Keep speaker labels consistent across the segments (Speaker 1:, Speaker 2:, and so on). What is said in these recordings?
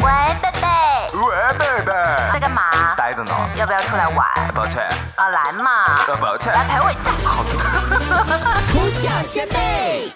Speaker 1: 喂，贝贝，
Speaker 2: 喂，贝贝，
Speaker 1: 在干嘛？
Speaker 2: 呆着呢。
Speaker 1: 要不要出来玩？
Speaker 2: 抱歉，
Speaker 1: 啊，来嘛，
Speaker 2: 呃，抱歉。
Speaker 1: 来陪我一下。
Speaker 2: 好的。
Speaker 3: 呼叫先辈，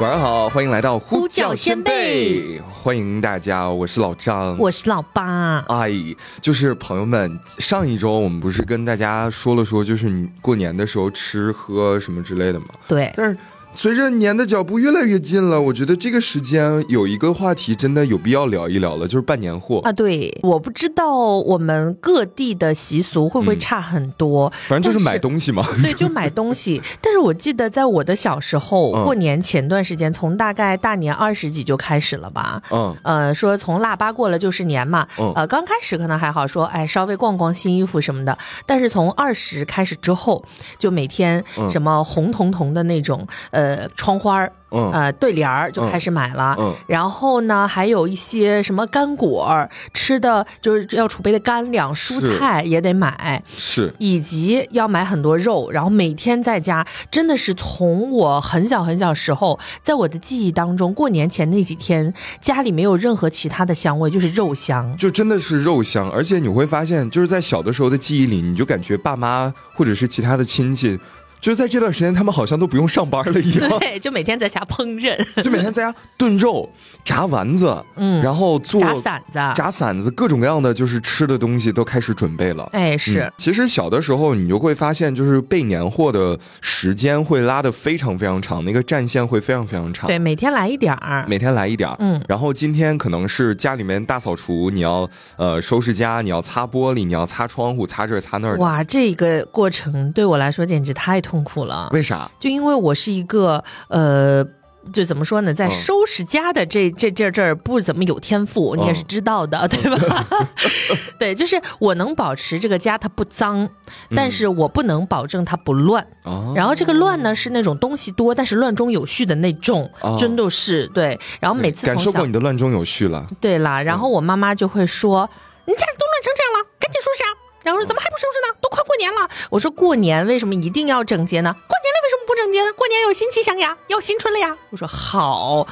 Speaker 4: 晚上好，欢迎来到呼
Speaker 3: 呼叫先辈，
Speaker 4: 欢迎大家，我是老张，
Speaker 3: 我是老八。
Speaker 4: 哎，就是朋友们，上一周我们不是跟大家说了说，就是你过年的时候吃喝什么之类的吗？
Speaker 3: 对，
Speaker 4: 但是随着年的脚步越来越近了，我觉得这个时间有一个话题真的有必要聊一聊了，就是办年货。
Speaker 3: 啊，对，我不知道我们各地的习俗会不会差很多，
Speaker 4: 嗯反正就是买
Speaker 3: 东
Speaker 4: 东西嘛，
Speaker 3: 对，就买东西。 但是我记得在我的小时候，
Speaker 4: 嗯
Speaker 3: 过年前段时间，从大概大年二十几就开始了吧。
Speaker 4: 嗯
Speaker 3: 呃，说从腊八过了就是年嘛，
Speaker 4: 嗯
Speaker 3: 呃，刚开始可能还好说，哎，稍微逛逛新衣服什么的，但是从二十开始之后，就每天
Speaker 4: 嗯
Speaker 3: 什么红彤彤的那种呃窗花儿，
Speaker 4: 嗯
Speaker 3: 呃对联儿就开始买了，
Speaker 4: 嗯
Speaker 3: 然后呢，还有一些什么干果儿吃的，就是要储备的干粮、
Speaker 4: 是
Speaker 3: 蔬菜也得买，
Speaker 4: 是
Speaker 3: 以及要买很多肉，然后每天在家，真的是从我很小很小时候，在我的记忆当中，过年前那几天，家里没有任何其他的香味，就是肉香。
Speaker 4: 就真的是肉香，而且你会发现，就是在小的时候的记忆里，你就感觉爸妈或者是其他的亲戚，就是在这段时间他们好像都不用上班了一 样，
Speaker 3: 对，就每天在家烹饪，
Speaker 4: 就每天在家炖肉、炸丸子，
Speaker 3: 嗯
Speaker 4: 然后做
Speaker 3: 炸馓子，
Speaker 4: 炸馓子，各种各样的就是吃的东西都开始准备了。
Speaker 3: 哎，是
Speaker 4: 嗯，其实小的时候你就会发现，就是备年货的时间会拉得非常非常长，那个战线会非常非常长。
Speaker 3: 对，每天来一点儿，
Speaker 4: 每天来一点儿，
Speaker 3: 嗯
Speaker 4: 然后今天可能是家里面大扫除，你要呃收拾家，你要擦玻璃，你要擦窗户，擦这儿擦那儿的，
Speaker 3: 哇，这个过程对我来说简直太痛苦了。
Speaker 4: 为啥？
Speaker 3: 就因为我是一个呃。就怎么说呢，在
Speaker 4: 嗯
Speaker 3: 收拾家的这、这这这儿不怎么有天赋，
Speaker 4: 嗯
Speaker 3: 你也是知 道的，对吧？ 对，就是我能保持这个家它不脏，
Speaker 4: 嗯
Speaker 3: 但是我不能保证它不乱。
Speaker 4: 啊，
Speaker 3: 然后这个乱呢是那种东西多，但是乱中有序的那种，
Speaker 4: 哦
Speaker 3: 真的是对。然后每次
Speaker 4: 感受
Speaker 3: 从
Speaker 4: 过
Speaker 3: 小
Speaker 4: 你的乱中有序了，
Speaker 3: 对啦，然后我妈妈就会说：“嗯你家里都乱成这样了，赶紧收拾啊！”然后说：“怎么还不收拾呢？都快过年了。”我说：“过年为什么一定要整洁呢？过年了为什么不整洁呢？过年有新气象呀，要新春了呀！”我说：“好。”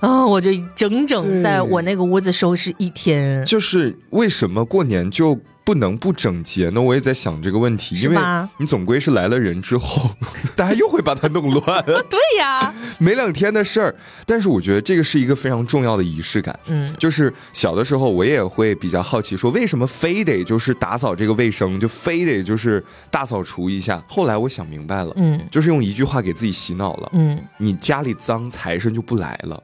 Speaker 3: 啊，我就整整在我那个屋子收拾一天，
Speaker 4: 就是为什么过年就不能不整洁呢？我也在想这个问题，
Speaker 3: 是
Speaker 4: 因为
Speaker 3: 吧
Speaker 4: 你总归是来了人之后， 大家又会把它弄乱，
Speaker 3: 对呀，
Speaker 4: 没两天的事儿。但是我觉得这个是一个非常重要的仪式感。
Speaker 3: 嗯，
Speaker 4: 就是小的时候，我也会比较好奇，说为什么非得就是打扫这个卫生，就非得就是大扫除一下。后来我想明白了，
Speaker 3: 嗯
Speaker 4: 就是用一句话给自己洗脑了，
Speaker 3: 嗯。
Speaker 4: 你家里脏，财神就不来了。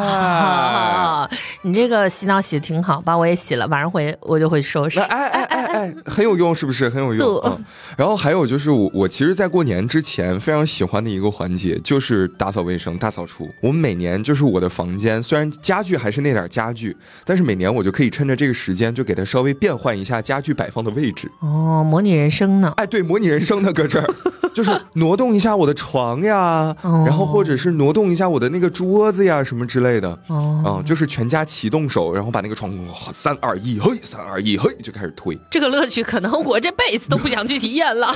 Speaker 3: 啊、你这个洗脑洗的挺好，把我也洗了，晚上回我就会收拾
Speaker 4: 那。哎哎哎哎，很有用，是不是很有用
Speaker 3: 素？
Speaker 4: 嗯。然后还有就是我，我其实，在过年之前非常喜欢的一个环节就是打扫卫生、大扫除。我每年就是我的房间，虽然家具还是那点儿家具，但是每年我就可以趁着这个时间，就给它稍微变换一下家具摆放的位置。
Speaker 3: 哦，模拟人生呢？
Speaker 4: 哎，对，模拟人生的搁这儿，就是挪动一下我的床呀，
Speaker 3: 哦
Speaker 4: 然后或者是挪动一下我的那个桌子呀，什么之类的。
Speaker 3: 哦，
Speaker 4: 啊、就是全家齐动手，然后把那个床哇三二一嘿，三二一嘿就开始推。
Speaker 3: 这个乐趣可能我这辈子都不想去体验了。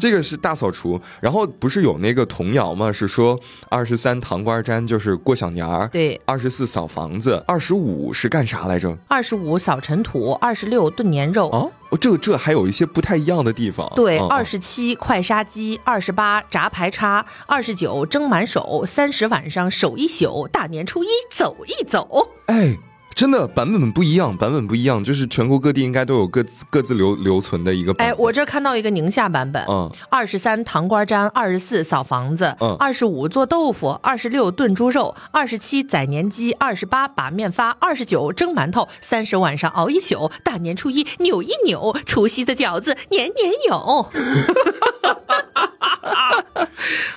Speaker 4: 这个是大扫除，然后不是有那个童谣吗？是说二十三糖瓜粘就是过小年儿，
Speaker 3: 对，
Speaker 4: 二十四扫房子，二十五是干啥来着？
Speaker 3: 二十五扫尘土，二十六炖年肉，
Speaker 4: 啊，哦这这还有一些不太一样的地方。
Speaker 3: 对，
Speaker 4: 嗯
Speaker 3: 二、十七快杀鸡，二十八炸排叉，二十九蒸满手，三十晚上守一宿，大年初一走一走。
Speaker 4: 哎，真的版本不一样，版本不一样，就是全国各地应该都有各自各自留留存的一个版
Speaker 3: 哎，
Speaker 4: 本。
Speaker 3: 我这看到一个宁夏版本。
Speaker 4: 嗯，
Speaker 3: 二十三糖瓜粘，二十四扫房子
Speaker 4: 嗯，
Speaker 3: 二十五做豆腐，二十六炖猪肉，二十七宰年鸡，二十八把面发，二十九蒸馒头，三十晚上熬一宿，大年初一扭一扭，除夕的饺子年年有。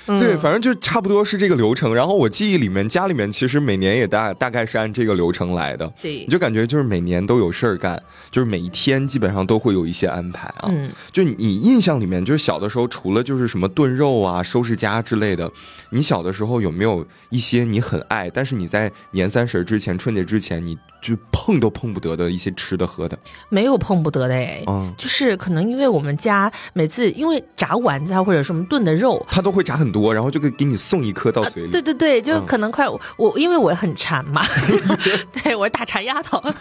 Speaker 3: 嗯
Speaker 4: 对，反正就差不多是这个流程。然后我记忆里面，家里面其实每年也大大概是按这个流程来的。
Speaker 3: 对
Speaker 4: 你就感觉就是每年都有事儿干，就是每一天基本上都会有一些安排啊。
Speaker 3: 嗯，
Speaker 4: 就你印象里面，就是小的时候，除了就是什么炖肉啊、收拾家之类的，你小的时候有没有一些你很爱，但是你在年三十之前、春节之前，你就碰都碰不得的一些吃的喝的。
Speaker 3: 没有碰不得的哎，
Speaker 4: 嗯
Speaker 3: 就是可能因为我们家每次因为炸丸子啊或者什么炖的肉，
Speaker 4: 他都会炸很多，然后就给给你送一颗到
Speaker 3: 啊
Speaker 4: 嘴里。
Speaker 3: 对对对，就是
Speaker 4: 嗯
Speaker 3: 可能快、我，因为我很馋 嘛，对我是大馋丫头，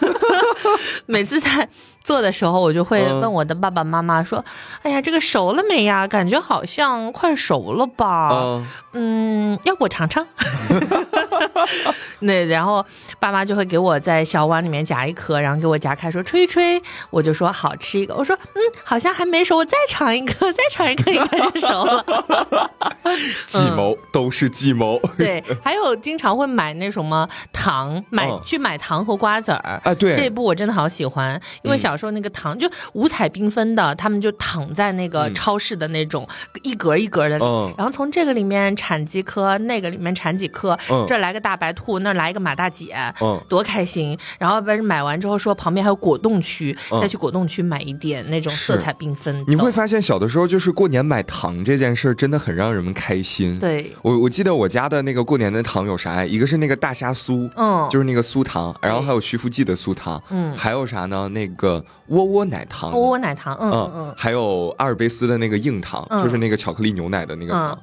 Speaker 3: 每次在做的时候，我就会
Speaker 4: 嗯
Speaker 3: 问我的爸爸妈妈说：“哎呀，这个熟了没呀？感觉好像快熟了吧？
Speaker 4: 啊，
Speaker 3: 嗯，要不我尝 尝？”那然后爸妈就会给我在小碗里面夹一颗，然后给我夹开说吹一吹，我就说好吃一个，我说嗯，好像还没熟，我再尝一个，再尝一个应该就熟了。
Speaker 4: 计谋都是计谋。
Speaker 3: 对，还有经常会买那什么糖，买、
Speaker 4: 嗯
Speaker 3: 去买糖和瓜子儿。
Speaker 4: 啊，对，嗯
Speaker 3: 这一部我真的好喜欢，因为小时候那个糖、就五彩缤纷的，他们就躺在那个超市的那种一格一格的里，
Speaker 4: 嗯
Speaker 3: 然后从这个里面产几颗，那个里面产几颗，
Speaker 4: 嗯
Speaker 3: 这儿来个大白兔，那儿来一个马大姐，
Speaker 4: 嗯
Speaker 3: 多开心！然后但是买完之后说旁边还有果冻区，
Speaker 4: 嗯
Speaker 3: 再去果冻区买一点那种色
Speaker 4: 是
Speaker 3: 彩缤纷的，
Speaker 4: 你会发现小的时候就是过年买糖这件事儿真的很让人们开心。，
Speaker 3: 对，
Speaker 4: 我我记得我家的那个过年的糖有啥呀？一个是那个大虾酥，
Speaker 3: 嗯
Speaker 4: 就是那个酥糖，然后还有徐福记的酥糖，
Speaker 3: 嗯
Speaker 4: 还有啥呢？那个窝窝奶糖，
Speaker 3: 窝窝奶糖，嗯嗯嗯
Speaker 4: 嗯，，还有阿尔卑斯的那个硬糖，
Speaker 3: 嗯
Speaker 4: 就是那个巧克力牛奶的那个糖
Speaker 3: 嗯。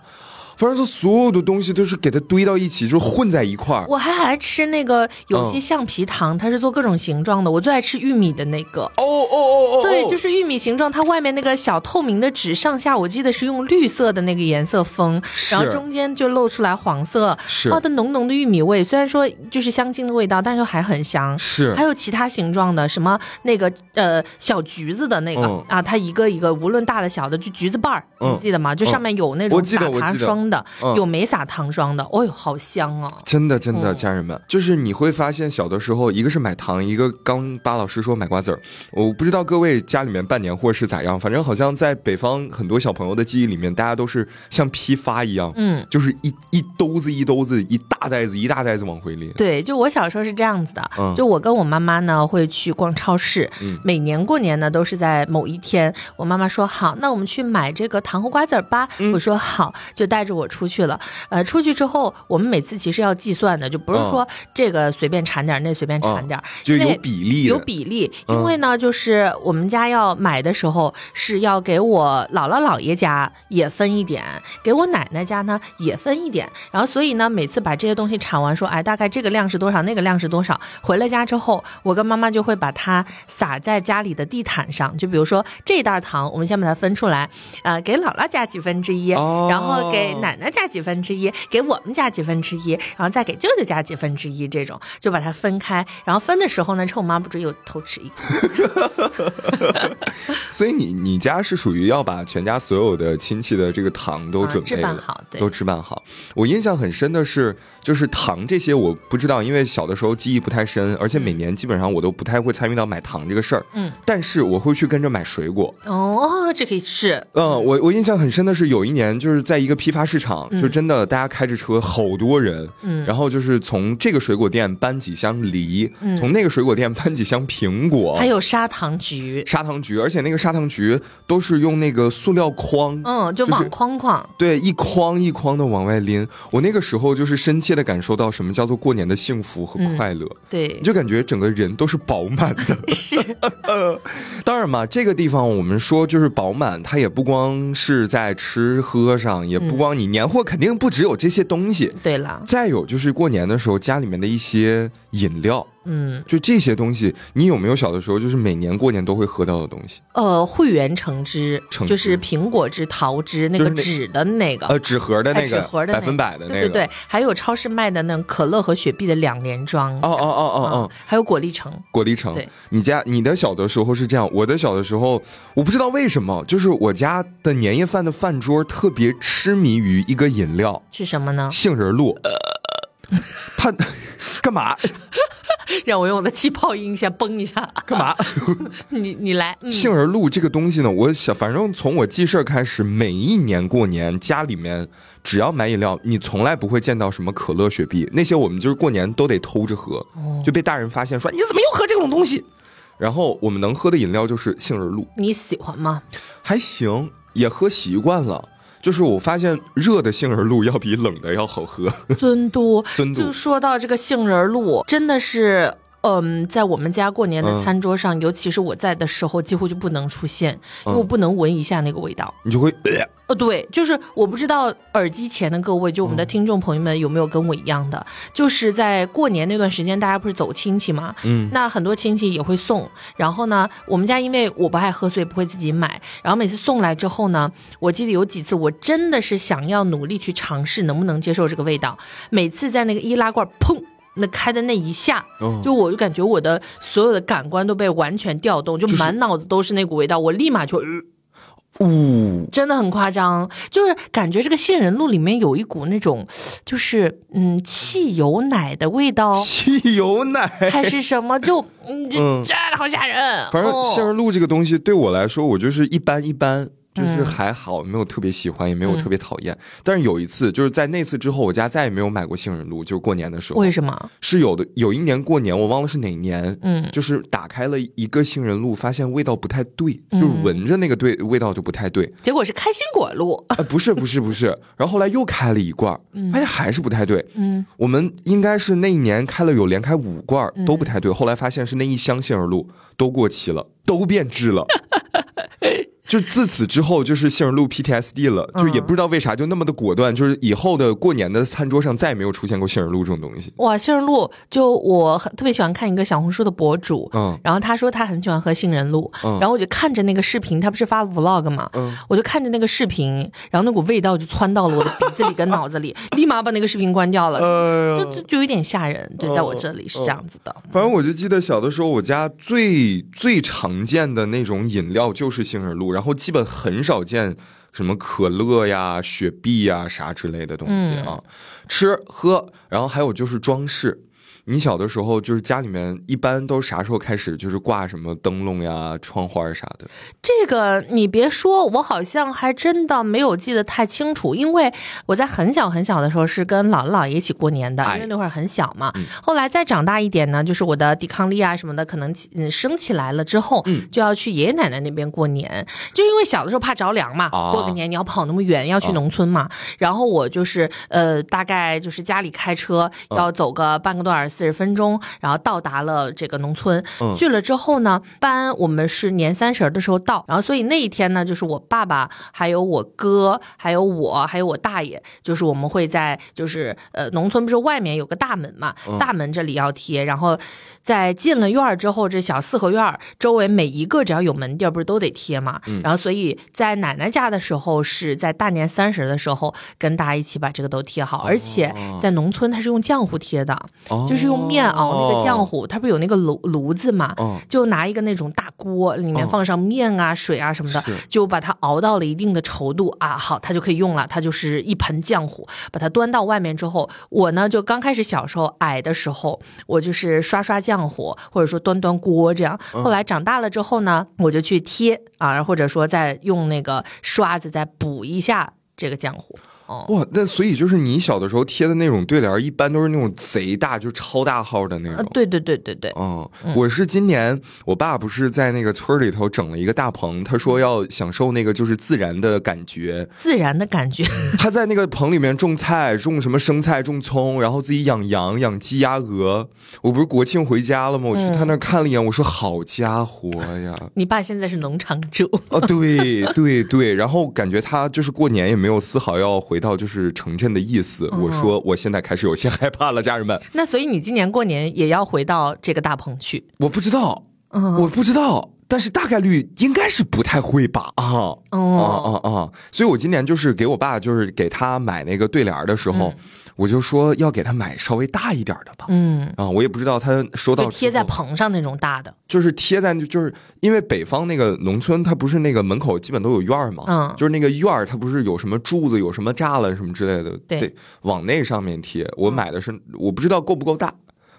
Speaker 4: 反正是所有的东西都是给它堆到一起，就是混在一块儿。
Speaker 3: 我还爱吃那个有些
Speaker 4: 嗯
Speaker 3: 橡皮糖，它是做各种形状的。我最爱吃玉米的那个，
Speaker 4: 哦哦哦哦，
Speaker 3: 对，就是是玉米形状，它外面那个小透明的纸上下，我记得是用绿色的那个颜色封，然后
Speaker 4: 是
Speaker 3: 中间就露出来黄色，哦
Speaker 4: 是
Speaker 3: 哇，它浓浓的玉米味。虽然说就是香精的味道，但是还很香。
Speaker 4: 是
Speaker 3: 还有其他形状的，什么那个呃小橘子的那个、
Speaker 4: 嗯
Speaker 3: 啊，它一个一个无论大的小的，就橘子瓣儿，
Speaker 4: 嗯
Speaker 3: 你记得吗？就上面有那
Speaker 4: 我
Speaker 3: 种
Speaker 4: 记得
Speaker 3: 撒
Speaker 4: 我记
Speaker 3: 糖
Speaker 4: 得
Speaker 3: 霜的，
Speaker 4: 嗯
Speaker 3: 有没撒糖霜的，哦哟，好香啊！
Speaker 4: 真的，真的，
Speaker 3: 嗯
Speaker 4: 家人们，就是你会发现，小的时候，一个是买糖，一个刚巴老师说买瓜子儿。我不知道各位家里面办年货是咋样，反正好像在北方很多小朋友的记忆里面，大家都是像批发一样，
Speaker 3: 嗯，
Speaker 4: 就是一一兜子一兜子，一大袋子一大袋子往回拎。
Speaker 3: 对，就我小时候是这样子的，
Speaker 4: 嗯
Speaker 3: 就我跟我妈妈呢会去逛超市，
Speaker 4: 嗯
Speaker 3: 每年过年呢都是在某一天，我妈妈说好，那我们去买这个糖和瓜子儿吧，
Speaker 4: 嗯
Speaker 3: 我说好，就带着我出去了。呃，出去之后，我们每次其实要计算的，就不是
Speaker 4: 嗯
Speaker 3: 说这个随便馋点儿，那随便馋
Speaker 4: 嗯
Speaker 3: 点儿，
Speaker 4: 就
Speaker 3: 因
Speaker 4: 有
Speaker 3: 为
Speaker 4: 比例的，
Speaker 3: 有比例，
Speaker 4: 嗯
Speaker 3: 因为呢，就是我们家要买的时候是要给我姥姥姥爷家也分一点，给我奶奶家呢也分一点，然后所以呢，每次把这些东西铲完说，哎，大概这个量是多少，那个量是多少，回了家之后，我跟妈妈就会把它撒在家里的地毯上，就比如说这一袋糖，我们先把它分出来，呃，给姥姥家几分之一，
Speaker 4: 哦
Speaker 3: 然后给奶奶家几分之一，给我们家几分之一，然后再给舅舅家几分之一，这种就把它分开。然后分的时候呢，趁我妈不注意，我偷吃一口。
Speaker 4: 所以你你家是属于要把全家所有的亲戚的这个糖都准备了，
Speaker 3: 啊置办好对嗯
Speaker 4: 都置办好。我印象很深的是，就是糖这些我不知道，因为小的时候记忆不太深，而且每年基本上我都不太会参与到买糖这个事儿。
Speaker 3: 嗯，
Speaker 4: 但是我会去跟着买水果。
Speaker 3: 哦，这可以吃。
Speaker 4: 嗯，我我印象很深的是有一年，就是在一个批发市场，就真的大家开着车，好多人，
Speaker 3: 嗯
Speaker 4: 然后就是从这个水果店搬几箱梨，
Speaker 3: 嗯
Speaker 4: 从那个水果店搬几箱苹果，
Speaker 3: 还有砂糖橘，
Speaker 4: 砂糖橘，而且那个砂糖橘都是用那个塑料筐，
Speaker 3: 嗯，就
Speaker 4: 就是
Speaker 3: 网框框。
Speaker 4: 对，一筐一筐的往外拎。我那个时候就是深切的感受到什么叫做过年的幸福和
Speaker 3: 嗯
Speaker 4: 快乐，
Speaker 3: 对
Speaker 4: 你，就感觉整个人都是饱满的。
Speaker 3: 是，
Speaker 4: 当然嘛，这个地方我们说就是饱满，它也不光是在吃喝上，也
Speaker 3: 嗯
Speaker 4: 不光你年货肯定不只有这些东西。
Speaker 3: 对了，
Speaker 4: 再有就是过年的时候，家里面的一些饮料，
Speaker 3: 嗯，
Speaker 4: 就这些东西，你有没有小的时候就是每年过年都会喝到的东西？
Speaker 3: 呃，汇源橙汁，
Speaker 4: 橙
Speaker 3: 就
Speaker 4: 汁
Speaker 3: 是苹果汁、桃汁，那
Speaker 4: 就
Speaker 3: 个
Speaker 4: 是那
Speaker 3: 纸的那个，
Speaker 4: 呃，纸盒的
Speaker 3: 哎
Speaker 4: 那
Speaker 3: 纸
Speaker 4: 个，
Speaker 3: 盒的那
Speaker 4: 百
Speaker 3: 个
Speaker 4: 分百的那个，
Speaker 3: 对对对，还有超市卖的那种可乐和雪碧的两连装。
Speaker 4: 哦哦哦哦哦
Speaker 3: 嗯，，还有果粒橙，
Speaker 4: 果粒橙
Speaker 3: 对，
Speaker 4: 你家你的小的时候是这样，我的小的时候，我不知道为什么，就是我家的年夜饭的饭桌特别痴迷于一个饮料？
Speaker 3: 是什么呢
Speaker 4: 杏仁露， 它干嘛
Speaker 3: 让我用我的气泡音先嘣一下，
Speaker 4: 干嘛？
Speaker 3: 你你来，嗯，
Speaker 4: 杏仁露这个东西呢，我想反正从我记事儿开始，每一年过年家里面只要买饮料，你从来不会见到什么可乐、雪碧那些，我们就是过年都得偷着喝，
Speaker 3: 哦
Speaker 4: 就被大人发现说你怎么又喝这种东西。然后我们能喝的饮料就是杏仁露，
Speaker 3: 你喜欢吗？
Speaker 4: 还行，也喝习惯了。就是我发现热的杏仁露要比冷的要好喝，
Speaker 3: 尊都，
Speaker 4: 尊嘟
Speaker 3: 就说到这个杏仁露，真的是嗯，在我们家过年的
Speaker 4: 嗯
Speaker 3: 餐桌上，尤其是我在的时候，几乎就不能出现，因
Speaker 4: 嗯
Speaker 3: 为我不能闻一下那个味道。
Speaker 4: 你就会、呃
Speaker 3: 呃，对，就是我不知道耳机前的各位，就我们
Speaker 4: 嗯
Speaker 3: 的听众朋友们有没有跟我一样的，就是在过年那段时间，大家不是走亲戚嘛，
Speaker 4: 嗯，
Speaker 3: 那很多亲戚也会送，然后呢，我们家因为我不爱喝，所以不会自己买，然后每次送来之后呢，我记得有几次我真的是想要努力去尝试能不能接受这个味道，每次在那个易拉罐砰。那开的那一下，
Speaker 4: 哦
Speaker 3: 就我就感觉我的所有的感官都被完全调动，就
Speaker 4: 就是
Speaker 3: 满脑子都是那股味道，我立马就、呃
Speaker 4: 呜、
Speaker 3: 真的很夸张，就是感觉这个杏仁露里面有一股那种，就是嗯汽油奶的 味道，
Speaker 4: 汽油奶。
Speaker 3: 还是什么，就嗯这
Speaker 4: 嗯
Speaker 3: 真的好吓人。
Speaker 4: 反正杏
Speaker 3: 哦、
Speaker 4: 仁露这个东西对我来说，我就是一般一般，就是
Speaker 3: 嗯
Speaker 4: 还好，没有特别喜欢，也没有
Speaker 3: 嗯
Speaker 4: 特别讨厌。但是有一次，就是在那次之后，我家再也没有买过杏仁露，就是过年的时候
Speaker 3: 为，什么？
Speaker 4: 是有的。有一年过年，我忘了是哪年，
Speaker 3: 嗯
Speaker 4: 就是打开了一个杏仁露，发现味道不太对，就
Speaker 3: 嗯
Speaker 4: 是闻着那个对味道就不太对。
Speaker 3: 结果是开心果露。
Speaker 4: 呃，不是不是不是，然后后来又开了一罐儿，发现还是不太对。
Speaker 3: 嗯，
Speaker 4: 我们应该是那一年开了有连开五罐儿都不太对，后来发现是那一箱杏仁露都过期了，都变质 了。就自此之后，就是杏仁露 PTSD 了，就也
Speaker 3: 嗯
Speaker 4: 不知道为啥就那么的果断，就是以后的过年的餐桌上再也没有出现过杏仁露这种东西。
Speaker 3: 哇，杏仁露就我很特别喜欢看一个小红书的博主，
Speaker 4: 嗯
Speaker 3: 然后他说他很喜欢喝杏仁露，
Speaker 4: 嗯
Speaker 3: 然后我就看着那个视频，他不是发 vlog 嘛，
Speaker 4: 嗯
Speaker 3: 我就看着那个视频，然后那股味道就窜到了我的鼻子里跟脑子里， 立马把那个视频关掉了，
Speaker 4: 呃
Speaker 3: 就就就有点吓人，对，
Speaker 4: 哦
Speaker 3: 在我这里是这样子的。
Speaker 4: 反正我就记得小的时候，我家最最常见的那种饮料就是杏仁露，然后基本很少见什么可乐呀、雪碧呀啥之类的东西
Speaker 3: 嗯
Speaker 4: 啊。吃喝，然后还有就是装饰。你小的时候就是家里面一般都啥时候开始就是挂什么灯笼呀、窗花儿啥的？
Speaker 3: 这个你别说，我好像还真的没有记得太清楚，因为我在很小很小的时候是跟姥姥姥爷一起过年的，
Speaker 4: 哎
Speaker 3: 因为那会儿很小嘛。后来再长大一点呢，就是我的抵抗力啊什么的，可能起嗯升起来了之后，就要去爷爷奶奶那边过年，就因为小的时候怕着凉嘛，
Speaker 4: 啊
Speaker 3: 过个年你要跑那么远，要去农村嘛。然后我就是呃，大概就是家里开车要走个半个多小时四十分钟，然后到达了这个农村。
Speaker 4: 嗯
Speaker 3: 去了之后呢，班我们是年三十儿的时候到，然后所以那一天呢，就是我爸爸还有我哥，还有我，还有我大爷，就是我们会在就是呃农村不是外面有个大门嘛，大门这里要贴，然后在进了院儿之后，这小四合院儿周围每一个只要有门地儿，不是都得贴嘛？然后所以在奶奶家的时候是在大年三十的时候跟大家一起把这个都贴好，而且在农村它是用浆糊贴的，
Speaker 4: 哦
Speaker 3: 就是用面熬那个浆。糊，它不是有那个炉炉子嘛？
Speaker 4: 哦
Speaker 3: 就拿一个那种大锅，里面放上面啊、水啊什么的，就把它熬到了一定的稠度啊，好，它就可以用了。它就是一盆浆糊，把它端到外面之后，我呢就刚开始小时候矮的时候，我就是刷刷浆糊，或者说端端锅这样。后来长大了之后呢，我就去贴啊，或者说再用那个刷子再补一下这个浆糊。哦，
Speaker 4: 哇，那所以就是你小的时候贴的那种对联儿，一般都是那种贼大，就超大号的那种。
Speaker 3: 呃，对对对对对，
Speaker 4: 哦，我是今年我爸不是在那个村儿里头整了一个大棚，他说要享受那个就是自然的感觉。
Speaker 3: 自然的感觉。
Speaker 4: 他在那个棚里面种菜，种什么生菜、种葱，然后自己养羊、养鸡、鸭、鹅。我不是国庆回家了吗？我去他那儿看了一眼，我说好家伙呀！
Speaker 3: 你爸现在是农场主，
Speaker 4: 哦，对对对，然后感觉他就是过年也没有丝毫要回到就是城镇的意思。我说我现在开始有些害怕了，家人们，
Speaker 3: 那所以你今年过年也要回到这个大棚去。
Speaker 4: 我不知道，
Speaker 3: 嗯
Speaker 4: 我不知道，但是大概率应该是不太会吧啊。
Speaker 3: 哦，
Speaker 4: 啊啊啊！所以我今年就是给我爸，就是给他买那个对联儿的时候，我就说要给他买稍微大一点儿的吧。
Speaker 3: 嗯，
Speaker 4: 啊，我也不知道他收到
Speaker 3: 就贴在
Speaker 4: 之后，
Speaker 3: 棚上那种大的。
Speaker 4: 就是贴在，就是因为北方那个农村，它不是那个门口基本都有院儿嘛，
Speaker 3: 嗯
Speaker 4: 就是那个院儿，它不是有什么柱子、有什么栅栏什么之类的，
Speaker 3: 对嗯
Speaker 4: 得往那上面贴。我买的是，我不知道够不够大，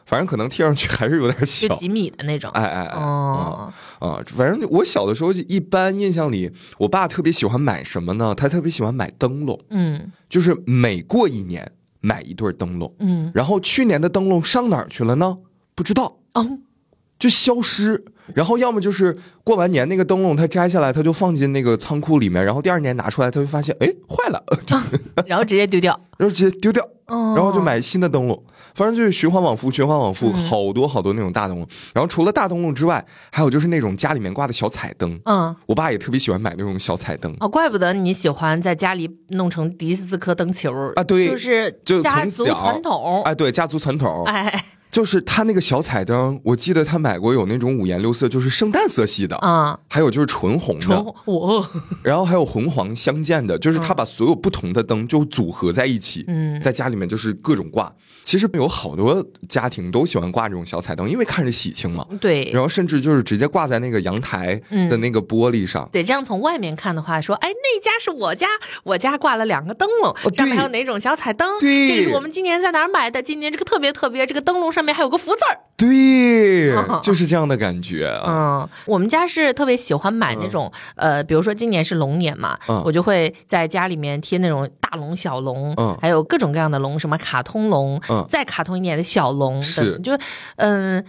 Speaker 4: 反正可能贴上去还是有点
Speaker 3: 就
Speaker 4: 小。
Speaker 3: 几米的那种。
Speaker 4: 哎哎哎，嗯
Speaker 3: 哦，
Speaker 4: 啊，反正我小的时候就一般印象里，我爸特别喜欢买什么呢？他特别喜欢买灯笼，
Speaker 3: 嗯
Speaker 4: 就是每过一年买一对灯笼。
Speaker 3: 嗯，
Speaker 4: 然后去年的灯笼上哪儿去了呢？不知道，
Speaker 3: 哦，
Speaker 4: 就消失。然后要么就是过完年那个灯笼，他摘下来，他就放进那个仓库里面，然后第二年拿出来，他就发现，哎，坏了，
Speaker 3: 然后直接丢掉。
Speaker 4: 然后直接丢掉。
Speaker 3: 嗯，
Speaker 4: 然后就买新的灯笼，反正就是循环往复，循环往复，好多好多那种大灯笼。然后除了大灯笼之外，还有就是那种家里面挂的小彩灯。
Speaker 3: 嗯。
Speaker 4: 我爸也特别喜欢买那种小彩灯，
Speaker 3: 哦，怪不得你喜欢在家里弄成迪斯科灯球儿
Speaker 4: 啊对
Speaker 3: 就是
Speaker 4: 就
Speaker 3: 家
Speaker 4: 从
Speaker 3: 族
Speaker 4: 小
Speaker 3: 传统，
Speaker 4: 哎，对，家族传统，
Speaker 3: 哦哎，
Speaker 4: 就是他那个小彩灯，我记得他买过有那种五颜六色，就是圣诞色系的，
Speaker 3: 啊、
Speaker 4: 还有就是啊纯红的，
Speaker 3: 纯我，
Speaker 4: 然后还有红黄相间的，就是他把所有不同的灯就组合在一起，
Speaker 3: 嗯
Speaker 4: 在家里面就是各种挂。其实有好多家庭都喜欢挂这种小彩灯，因为看着喜庆嘛。
Speaker 3: 对嗯
Speaker 4: 然后甚至就是直接挂在那个阳台的那个玻璃上，
Speaker 3: 对，这样从外面看的话，说，哎，那家是我家，我家挂了两个灯笼，
Speaker 4: 哦
Speaker 3: 上面还
Speaker 4: 对
Speaker 3: 有哪种小彩灯？
Speaker 4: 对
Speaker 3: 这个是我们今年在哪儿买的？今年这个特别特别，这个灯笼上面还有个福字儿。
Speaker 4: 对， 就是这样的感觉啊。
Speaker 3: 嗯，我们家是特别喜欢买那种，呃，比如说今年是龙年嘛，
Speaker 4: 嗯
Speaker 3: 我就会在家里面贴那种大龙、小龙，
Speaker 4: 嗯
Speaker 3: 还有各种各样的龙，什么卡通龙，
Speaker 4: 嗯
Speaker 3: 再卡通一点的小龙，
Speaker 4: 是
Speaker 3: 等就嗯、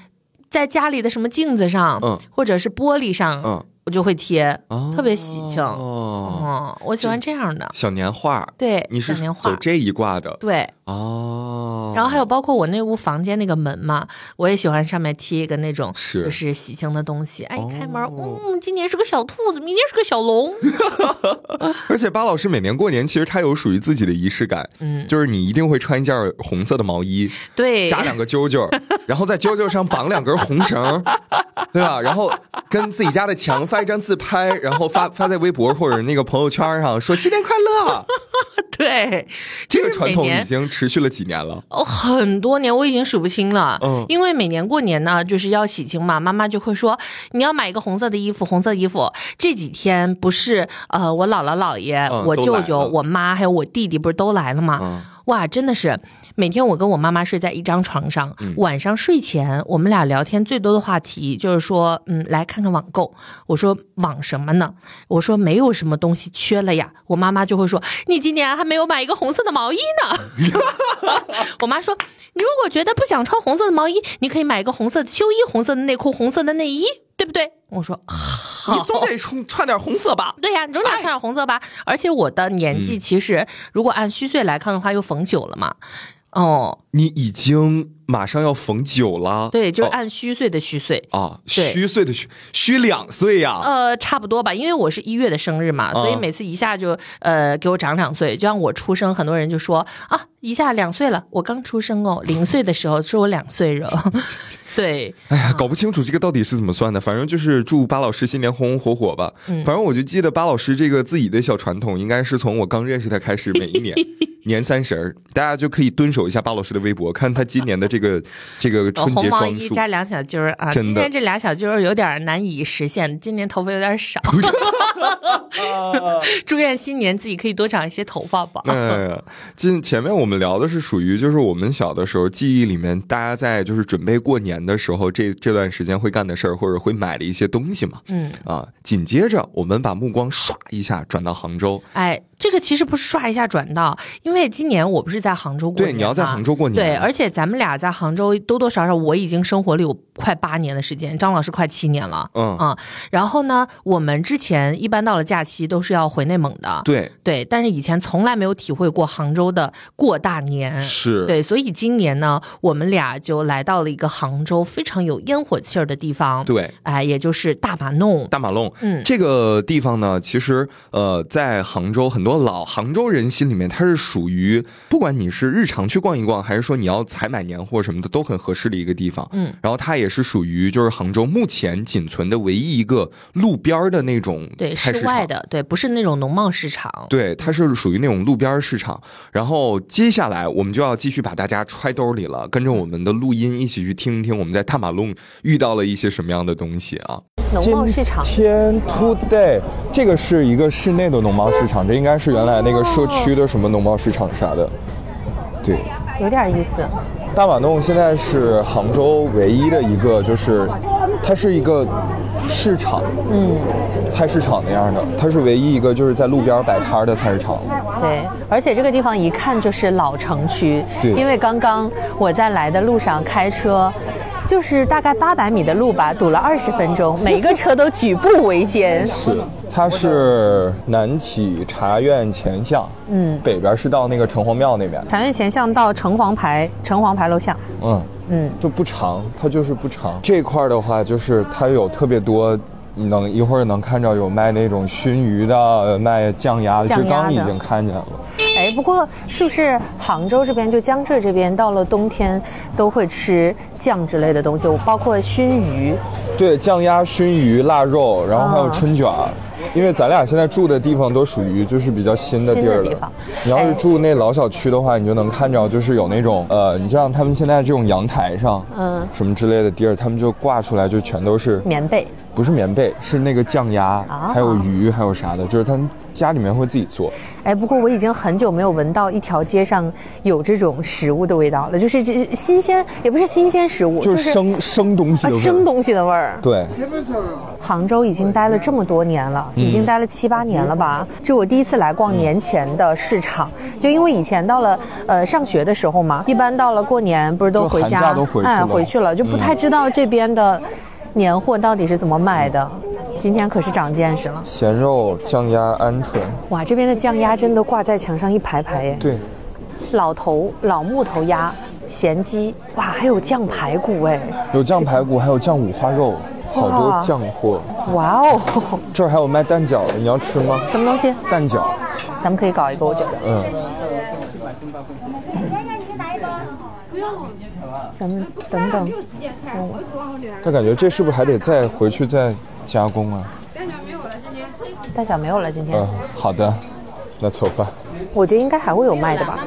Speaker 3: 在家里的什么镜子上，
Speaker 4: 嗯
Speaker 3: 或者是玻璃上，
Speaker 4: 嗯，
Speaker 3: 我就会贴，
Speaker 4: 哦
Speaker 3: 特别喜庆。
Speaker 4: 哦，
Speaker 3: 嗯，我喜欢这样的。
Speaker 4: 小年画，
Speaker 3: 对，
Speaker 4: 你是
Speaker 3: 小年
Speaker 4: 走
Speaker 3: 画。
Speaker 4: 这一挂的
Speaker 3: 对，
Speaker 4: 哦。
Speaker 3: 然后还有包括我那屋房间那个门嘛，我也喜欢上面贴一个那种
Speaker 4: 是
Speaker 3: 就是喜庆的东西。哎，一开门，
Speaker 4: 哦
Speaker 3: 嗯，今年是个小兔子，明年是个 小龙。
Speaker 4: 而且巴老师每年过年其实他有属于自己的仪式感，
Speaker 3: 嗯，
Speaker 4: 就是你一定会穿一件红色的毛衣，
Speaker 3: 对，
Speaker 4: 扎两个揪揪，然后在揪揪上绑两根红绳，对吧？然后跟自己家的墙发一张自拍，然后发发在微博或者那个朋友圈上，说新年快 乐。
Speaker 3: 对，
Speaker 4: 这个
Speaker 3: 就是
Speaker 4: 传统
Speaker 3: 每
Speaker 4: 已
Speaker 3: 年
Speaker 4: 经持续了几年了。
Speaker 3: 哦，很多年我已经数不清了。
Speaker 4: 嗯
Speaker 3: 因为每年过年呢，就是要喜庆嘛，妈妈就会说你要买一个红色的衣服，红色的衣服。这几天不是呃，我姥姥姥爷、
Speaker 4: 嗯
Speaker 3: 我
Speaker 4: 都
Speaker 3: 舅
Speaker 4: 来
Speaker 3: 舅、
Speaker 4: 了
Speaker 3: 我妈还有我弟弟不是都来了吗？
Speaker 4: 嗯
Speaker 3: 哇，真的是每天我跟我妈妈睡在一张床上，
Speaker 4: 嗯
Speaker 3: 晚上睡前我们俩聊天最多的话题就是说，嗯，来看看网购。我说网什么呢？我说没有什么东西缺了呀。我妈妈就会说，你今年还没有买一个红色的毛衣呢。 我妈说，你如果觉得不想穿红色的毛衣，你可以买一个红色的秋衣、红色的内裤、红色的内衣，对不对？我说好，
Speaker 4: 你总得穿穿点红色吧？
Speaker 3: 对呀、你总得穿点红色吧。而且我的年
Speaker 4: 嗯
Speaker 3: 纪其实如果按虚岁来看的话，又逢九了嘛。哦，
Speaker 4: 你已经马上要逢九了。
Speaker 3: 对，就是
Speaker 4: 哦
Speaker 3: 按虚岁的虚岁。
Speaker 4: 啊，
Speaker 3: 对
Speaker 4: 虚岁的虚，虚两岁呀、
Speaker 3: 呃，差不多吧，因为我是一月的生日
Speaker 4: 啊
Speaker 3: 嘛，所以每次一下就呃给我长两岁。就像我出生，很多人就说啊，一下两岁了，我刚出生哦，零岁的时候说我两岁 了。对，
Speaker 4: 哎呀， 搞不清楚这个到底是怎么算的，反正就是祝巴老师新年红红火火吧。
Speaker 3: 嗯
Speaker 4: 反正我就记得巴老师这个自己的小传统，应该是从我刚认识他开始，每一 年年三十儿，大家就可以蹲守一下巴老师的微博，看他今年的这 个这个
Speaker 3: 我
Speaker 4: 春
Speaker 3: 哦红
Speaker 4: 节
Speaker 3: 毛
Speaker 4: 装
Speaker 3: 衣
Speaker 4: 束。
Speaker 3: 扎俩小揪儿啊，
Speaker 4: 真的
Speaker 3: 今天这俩小揪儿有点难以实现，今年头发有 点少。祝愿新年自己可以多长一些头发吧。
Speaker 4: 那嗯近前面我们聊的是属于就是我们小的时候记忆里面，大家在就是准备过年的时候，这这段时间会干的事儿或者会买的一些东西嘛。
Speaker 3: 嗯，
Speaker 4: 啊，紧接着我们把目光唰一下转到杭州，
Speaker 3: 哎，这个其实不是刷一下转到，因为今年我不是在杭州过年
Speaker 4: 对，你要在
Speaker 3: 嘛
Speaker 4: 杭州过年，
Speaker 3: 对，而且咱们俩在杭州多多少少，我已经生活了有快八年的时间，张老师快七年了。
Speaker 4: 嗯
Speaker 3: 啊、然后呢，我们之前一般到了假期都是要回内蒙的，
Speaker 4: 对。
Speaker 3: 对，但是以前从来没有体会过杭州的过大年。
Speaker 4: 是，
Speaker 3: 对，所以今年呢，我们俩就来到了一个杭州非常有烟火气儿的地方，
Speaker 4: 对，
Speaker 3: 哎，也就是大马弄。
Speaker 4: 大马弄。
Speaker 3: 嗯
Speaker 4: 这个地方呢，其实呃，在杭州很多老杭州人心里面，它是属于不管你是日常去逛一逛，还是说你要采买年货什么的，都很合适的一个地方。
Speaker 3: 嗯，
Speaker 4: 然后它也是属于就是杭州目前仅存的唯一一个路边儿的那种
Speaker 3: 对，
Speaker 4: 菜市
Speaker 3: 室
Speaker 4: 场
Speaker 3: 外。的，对，不是那种农贸市场。
Speaker 4: 对，它是属于那种路边儿市场。然后接下来我们就要继续把大家揣兜里了，跟着我们的录音一起去听一听我们在大马路遇到了一些什么样的东西啊。
Speaker 1: 农贸市场
Speaker 4: 今天 today 这个是一个室内的农贸市场，这应该是原来那个社区的什么农贸市场啥的。对，
Speaker 1: 有点意思。
Speaker 4: 大马弄现在是杭州唯一的一个，就是它是一个市场，嗯，菜市场那样的，它是唯一一个就是在路边摆摊儿的菜市场。
Speaker 2: 对，而且这个地方一看就是老城区，
Speaker 4: 对
Speaker 2: 因为刚刚我在来的路上开车。
Speaker 1: 就是大概八百米的路吧，堵了二十分钟，每个车都举步维艰。
Speaker 4: 是，它是南起茶院前巷，嗯，北边是到那个城隍庙那边，
Speaker 1: 长院前巷到城隍牌，城隍牌楼下。
Speaker 4: 嗯嗯，就不长，它就是不长。这块儿的话，就是它有特别多。你能一会儿能看着有卖那种熏鱼的，呃卖酱鸭的，其实
Speaker 1: 酱鸭
Speaker 4: 刚刚已
Speaker 1: 的
Speaker 4: 经看见了。
Speaker 1: 哎，不过是不是杭州这边就江浙这边，到了冬天都会吃酱之类的东西，我包括熏鱼。
Speaker 4: 对，酱鸭、熏鱼、腊肉，然后还有
Speaker 1: 啊
Speaker 4: 春卷儿。因为咱俩现在住的地方都属于就是比较新的地儿
Speaker 1: 新的地
Speaker 4: 了
Speaker 1: 方。
Speaker 4: 你要是
Speaker 1: 哎
Speaker 4: 住那老小区的话，你就能看着就是有那种呃，你像他们现在这种阳台上，嗯
Speaker 1: 嗯，
Speaker 4: 什么之类的地儿，他们就挂出来就全都是，
Speaker 1: 棉啊被，
Speaker 4: 不是棉被，是那个酱鸭，还有鱼，还有啥的，就是他们家里面会自己做。
Speaker 1: 哎，不过我已经很久没有闻到一条街上有这种食物的味道了，就是这新鲜，也不是新鲜食物，
Speaker 4: 就是生生东西
Speaker 1: 啊
Speaker 4: 的味儿
Speaker 1: 生东西的味儿。
Speaker 4: 对，
Speaker 1: 杭州已经待了这么多年了，
Speaker 4: 嗯
Speaker 1: 已经待了七八年了吧？这我第一次来逛年前的市场，就因为以前到了呃上学的时候嘛，一般到了过年不是都
Speaker 4: 就
Speaker 1: 回
Speaker 4: 寒假
Speaker 1: 家，
Speaker 4: 都回去
Speaker 1: 哎
Speaker 4: 了嗯
Speaker 1: 回去了，就不太知道这边的年货到底是怎么买的。今天可是长见识了，
Speaker 4: 咸肉、酱鸭、鹌鹑，
Speaker 1: 哇，这边的酱鸭真的挂在墙上一排排耶，
Speaker 4: 对，
Speaker 1: 老头老木头鸭、咸鸡，哇，还有酱排骨哎，
Speaker 4: 有酱排骨，还有酱五花肉，好多
Speaker 1: 哇
Speaker 4: 酱货。
Speaker 1: 哇哦，
Speaker 4: 这儿还有卖蛋饺的，你要吃吗？
Speaker 1: 什么东西？
Speaker 4: 蛋饺，
Speaker 1: 咱们可以搞一个，我觉得。
Speaker 4: 嗯，
Speaker 1: 咱们等等，
Speaker 4: 但感觉这是不是还得再回去再加工啊？
Speaker 1: 大小没有了今天。
Speaker 4: 嗯，好的，那走吧。
Speaker 1: 我觉得应该还会有卖的吧。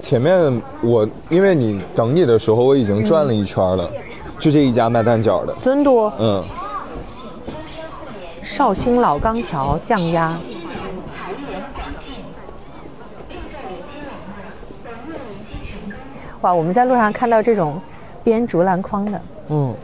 Speaker 4: 前面我因为你等你的时候，我已经转了一圈了，就这一家卖蛋饺的，
Speaker 1: 尊都
Speaker 4: 嗯，
Speaker 1: 绍兴老钢条酱鸭，哇，我们在路上看到这种编竹篮筐的，
Speaker 4: 嗯，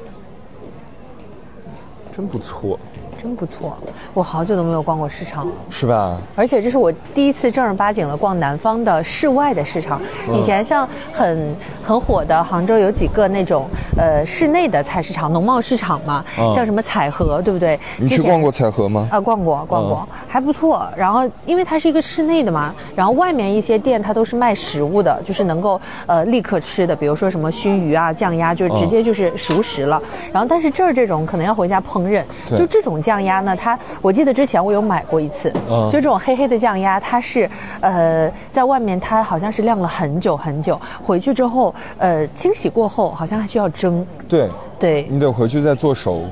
Speaker 4: 真不错，
Speaker 1: 真不错。我好久都没有逛过市场了，
Speaker 4: 是吧？
Speaker 1: 而且这是我第一次正儿八经的逛南方的室外的市场。
Speaker 4: 嗯
Speaker 1: 以前像很很火的杭州有几个那种呃室内的菜市场、农贸市场嘛
Speaker 4: 嗯，
Speaker 1: 像什么彩荷，对不对？
Speaker 4: 你
Speaker 1: 之
Speaker 4: 去
Speaker 1: 前
Speaker 4: 逛过彩荷吗？
Speaker 1: 啊，逛过逛过，
Speaker 4: 嗯
Speaker 1: 还不错。然后因为它是一个室内的嘛，然后外面一些店它都是卖食物的，就是能够呃立刻吃的，比如说什么熏鱼啊、酱鸭，就
Speaker 4: 嗯
Speaker 1: 直接就是熟食了。然后但是这儿这种可能要回家烹饪，
Speaker 4: 对
Speaker 1: 就这种酱鸭呢，它我记得之前我有买过一次，
Speaker 4: 嗯
Speaker 1: 就这种黑黑的酱鸭，它是呃在外面它好像是晾了很久很久，回去之后呃清洗过后好像还需要蒸，
Speaker 4: 对，
Speaker 1: 对。
Speaker 4: 你得回去再做熟。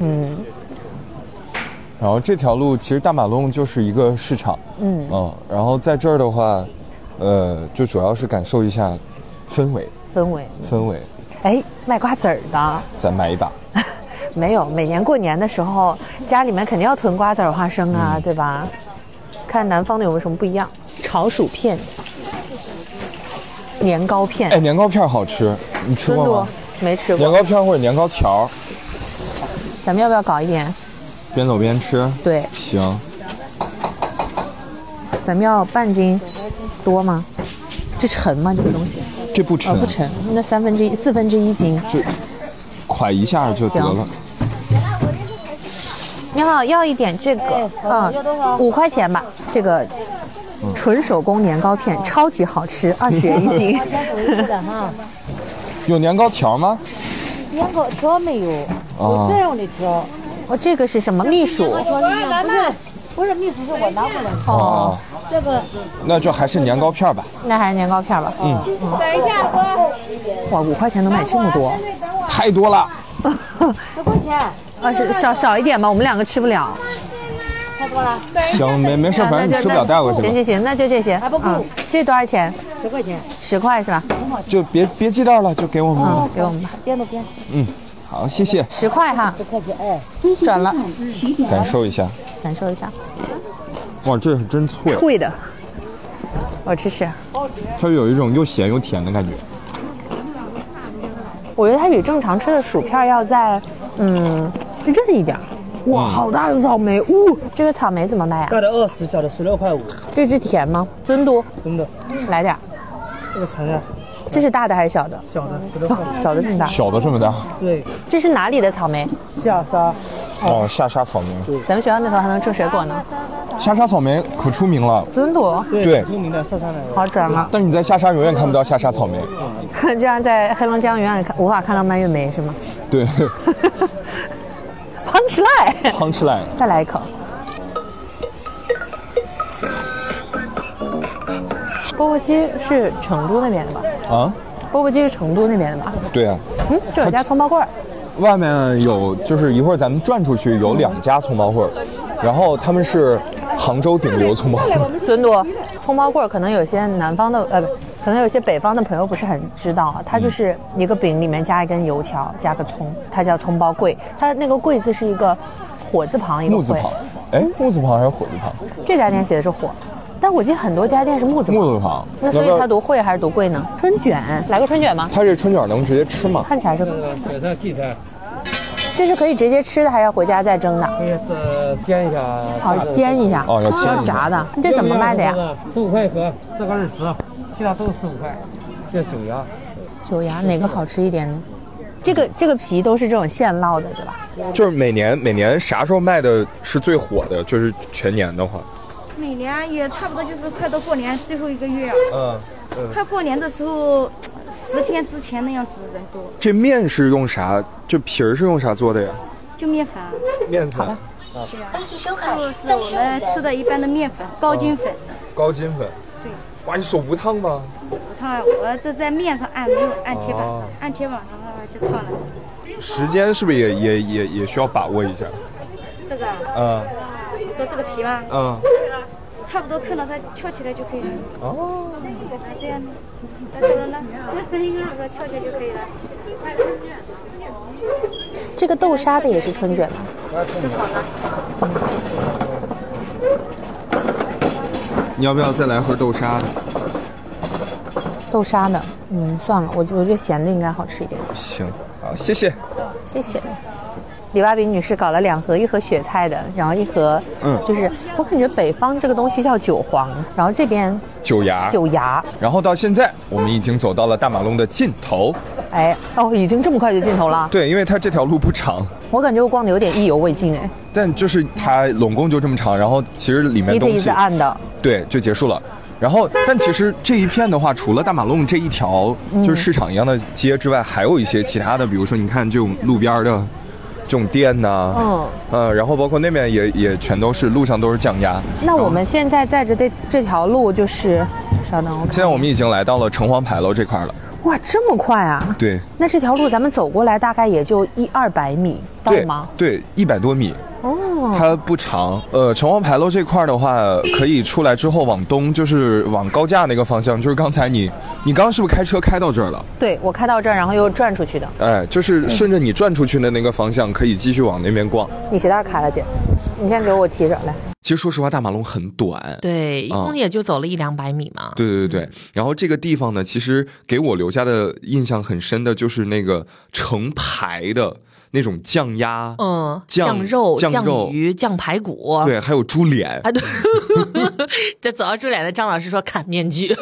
Speaker 4: 嗯。然后这条路其实大马路就是一个市场。嗯。然后在这儿的话，呃，就主要是感受一下氛围，
Speaker 1: 氛围，
Speaker 4: 氛围，
Speaker 1: 哎，卖瓜子儿的，
Speaker 4: 再买一把。
Speaker 1: 没有，每年过年的时候，家里面肯定要囤瓜子儿、花生
Speaker 4: 嗯
Speaker 1: 啊，对吧？看南方的有没有什么不一样？炒薯片、年糕片、
Speaker 4: 哎，年糕片儿好吃，你吃
Speaker 1: 尊
Speaker 4: 过
Speaker 1: 多
Speaker 4: 吗？
Speaker 1: 没吃
Speaker 4: 年
Speaker 1: 过，
Speaker 4: 糕片儿或者年糕条儿，
Speaker 1: 咱们要不要搞一点？
Speaker 4: 边走边吃。
Speaker 1: 对，
Speaker 4: 行，
Speaker 1: 咱们要半斤多吗？这沉吗？这个东西？
Speaker 4: 这不
Speaker 1: 呃，
Speaker 4: 沉，
Speaker 1: 不沉，那三分之一、四分之一斤。
Speaker 4: 蒯一下就得
Speaker 1: 行
Speaker 4: 了。
Speaker 1: 你好，要一点这个，嗯，五块钱吧，这个。
Speaker 4: 嗯
Speaker 1: 纯手工年糕片超级好吃，二十元一 斤。
Speaker 4: 有年糕条儿吗？啊
Speaker 2: 年糕条没有，有这样的条，
Speaker 1: 哦，这个是什么秘薯？
Speaker 2: 不是不是秘书是我拿过来的，
Speaker 1: 哦，
Speaker 2: 这个
Speaker 4: 啊那就还是年糕片儿吧。
Speaker 1: 那还是年糕片吧。嗯，
Speaker 5: 等一下，哥，
Speaker 1: 哇，五块钱能买这么多？
Speaker 4: 太多了，
Speaker 5: 十块钱，
Speaker 1: 啊，是少少一点吧，我们两个吃不了。
Speaker 5: 太多了，
Speaker 4: 行，没没事，反
Speaker 1: 那
Speaker 4: 正你
Speaker 1: 就
Speaker 4: 吃不了带回去
Speaker 1: 行
Speaker 4: 吧，
Speaker 1: 行行，那就这些。还
Speaker 5: 不够
Speaker 1: 这多少钱？
Speaker 5: 十块钱，
Speaker 1: 十块是吧？
Speaker 4: 就别别记袋了，就给我们吧。
Speaker 1: 嗯，给我们吧，
Speaker 5: 边都边
Speaker 4: 好，谢谢，
Speaker 1: 十块哈，
Speaker 5: 十块钱，哎，
Speaker 1: 转了，
Speaker 4: 感受一下。
Speaker 1: 感受一下。
Speaker 4: 哇，这是真脆，
Speaker 1: 贵的，我吃吃。
Speaker 4: 它有一种又咸又甜的感觉。
Speaker 1: 我觉得它比正常吃的薯片要再嗯韧一点儿。哇，好大的草莓！呜、这个草莓怎么卖啊？
Speaker 6: 大的二十，小的十六块五，
Speaker 1: 这只甜吗？尊嘟，
Speaker 6: 真的，
Speaker 1: 来点儿。
Speaker 6: 这个尝一下，
Speaker 1: 这是大的还是小的？
Speaker 6: 小的石头缝，
Speaker 1: 小的这么大。
Speaker 7: 小的这么大，
Speaker 6: 对，
Speaker 1: 这是哪里的草莓？
Speaker 6: 下沙
Speaker 7: 哦，下沙草莓，
Speaker 1: 咱们学校那头还能种水果呢。
Speaker 7: 下沙草莓可出名了。
Speaker 1: 尊土，
Speaker 7: 对
Speaker 6: 对，著名的下沙奶油，
Speaker 1: 好转 吗？
Speaker 7: 但是你在下沙永远看不到下沙草莓，
Speaker 1: 这样在黑龙江永远看无法看到蔓越莓是吗？
Speaker 7: 对
Speaker 1: 胖吃赖，
Speaker 7: p u n c h l i n
Speaker 1: 再来一口。钵钵鸡是成都那边的吧？
Speaker 7: e 啊，
Speaker 1: 钵钵鸡是成都那边的吧？
Speaker 7: 对啊，
Speaker 1: 嗯，这有一家葱包棍儿，
Speaker 7: 外面有就是一会儿咱们转出去有两家葱包烩，然后他们是杭州顶流葱包烩，
Speaker 1: 尊嘟，葱包棍儿可能有些南方的呃不，可能有些北方的朋友不是很知道啊，它就是一个饼里面加一根油条，加个葱，它叫葱包桂，它那个桂字是一个火字旁一 个
Speaker 7: 木字
Speaker 1: 桂，
Speaker 7: 旁，哎，木字旁还是火字旁？
Speaker 1: 这家店写的是火，但我记得很多家店是木字旁
Speaker 7: 木字旁。
Speaker 1: 那
Speaker 7: 要
Speaker 1: 所
Speaker 7: 不
Speaker 1: 以
Speaker 7: 要
Speaker 1: 它读会还是读贵呢？春卷，来个春卷吗？
Speaker 7: 它这春卷能直接吃吗？
Speaker 1: 看起来是，
Speaker 6: 给它荠菜，
Speaker 1: 这是可以直接吃的，还是要回家再蒸的？
Speaker 6: 可以是呃煎一下，
Speaker 1: 好，煎一下。
Speaker 7: 哦要煎一下
Speaker 1: 要炸的。这怎么卖的呀？？
Speaker 6: 十五块一盒，这个二十，其他都是十五块，这九牙，
Speaker 1: 九牙哪个好吃一点呢？这个这个皮都是这种现烙的，对吧？
Speaker 4: 就是每年每年啥时候卖的是最火的？就是全年的话，
Speaker 8: 每年也差不多就是快到过年最后一个月，
Speaker 4: 嗯，
Speaker 8: 快过年的时候，十天之前那样子人多，
Speaker 4: 这面是用啥？就皮儿是用啥做的呀？啊
Speaker 8: 就面粉，
Speaker 4: 面粉、
Speaker 8: 就是我们吃的一般的面粉，高筋粉。
Speaker 4: 高筋粉。
Speaker 8: 对。
Speaker 4: 哇，你手不烫吗？
Speaker 8: 烫，我这在面上按，没有按铁板上，按铁板上的话就烫了。
Speaker 4: 时间是不是也也也也需要把握一下？
Speaker 8: 这个啊
Speaker 4: 嗯
Speaker 8: 说这个皮吧，
Speaker 4: 嗯，
Speaker 8: 差不多看到它翘起来就可以了。哦，这样的，那熟了呢？这个翘起来就可以了。
Speaker 1: 这个豆沙的也是春卷吗？
Speaker 4: 你要不要再来盒豆沙？
Speaker 1: 豆沙的，嗯，算了，我我觉得咸的应该好吃一点。
Speaker 4: 行，好，谢谢。
Speaker 1: 谢谢。李巴比女士搞了两盒，一盒雪菜的，然后一盒，嗯，就是我感觉北方这个东西叫韭黄，然后这边
Speaker 4: 九牙。
Speaker 1: 韭芽，
Speaker 4: 然后到现在，我们已经走到了大马路的尽头。
Speaker 1: 哎，哦，已经这么快就尽头了，
Speaker 4: 对，因为它这条路不长，
Speaker 1: 我感觉我逛的有点意犹未尽哎，
Speaker 4: 但就是它拢共就这么长。然后其实里面
Speaker 1: 一
Speaker 4: 东
Speaker 1: 直
Speaker 4: 西
Speaker 1: 一直按的，
Speaker 4: 对，就结束了。然后，但其实这一片的话，除了大马路这一条就是市场一样的街之外，还有一些其他的，比如说你看这种路边儿的这种店呐、
Speaker 1: 嗯，
Speaker 4: 呃然后包括那边也也全都是路上都是酱鸭。
Speaker 1: 那我们现在在这这这条路就是，稍等我看，
Speaker 4: 现在我们已经来到了城隍牌楼这块儿了，
Speaker 1: 哇，这么快啊！
Speaker 4: 对
Speaker 1: 那这条路咱们走过来大概也就一二百米到
Speaker 4: 对
Speaker 1: 吗？
Speaker 4: 对，一百多米，
Speaker 1: 哦，
Speaker 4: 它不长。呃，城隍牌楼这块儿的话，可以出来之后往东，就是往高架那个方向，就是刚才你你刚刚是不是开车开到这儿了？
Speaker 1: 对我开到这儿，然后又转出去的。
Speaker 4: 哎，
Speaker 3: 嗯
Speaker 4: 就是顺着你转出去的那个方向，可以继续往那边逛。
Speaker 1: 你鞋带开了，姐，你先给我提着来。
Speaker 4: 其实说实话，大马路很短。
Speaker 3: 对，一
Speaker 4: 哦
Speaker 3: 共也就走了一两百米嘛。
Speaker 4: 对对对对，然后这个地方呢，其实给我留下的印象很深的就是那个成排的那种酱鸭，
Speaker 3: 嗯，
Speaker 4: 酱
Speaker 3: 酱肉、
Speaker 4: 酱
Speaker 3: 酱
Speaker 4: 肉
Speaker 3: 鱼、酱排骨。
Speaker 4: 对，还有猪脸，
Speaker 3: 啊，对， 在走到猪脸的张老师说砍 面具，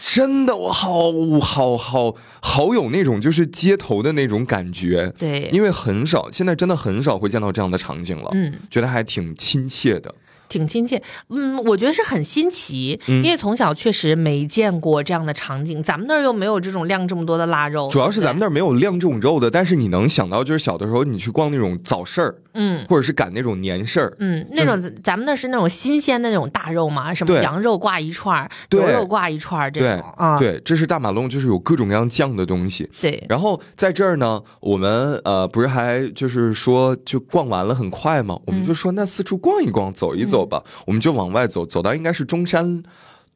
Speaker 4: 真的我好好好好有那种就是街头的那种感觉。
Speaker 3: 对
Speaker 4: 因为很少，现在真的很少会见到这样的场景了。
Speaker 3: 嗯，
Speaker 4: 觉得还挺亲切的。
Speaker 3: 挺亲切。嗯，我觉得是很新奇，
Speaker 4: 嗯
Speaker 3: 因为从小确实没见过这样的场景，咱们那儿又没有这种晾这么多的腊肉，
Speaker 4: 主要是咱们那儿没有晾这种肉的，但是你能想到，就是小的时候你去逛那种早市儿，
Speaker 3: 嗯。
Speaker 4: 或者是赶那种年事儿，
Speaker 3: 嗯，那种咱咱们那是那种新鲜的那种大肉嘛，什么
Speaker 4: 对
Speaker 3: 羊肉挂一串儿，
Speaker 4: 对
Speaker 3: 牛肉挂一串儿这
Speaker 4: 对
Speaker 3: 种啊，
Speaker 4: 对，这是大马路，就是有各种各样酱的东西。
Speaker 3: 对
Speaker 4: 然后在这儿呢，我们呃不是还就是说就逛完了很快嘛，我们
Speaker 3: 嗯
Speaker 4: 就说那四处逛一逛，走一走吧，我们就往外走，走到应该是中山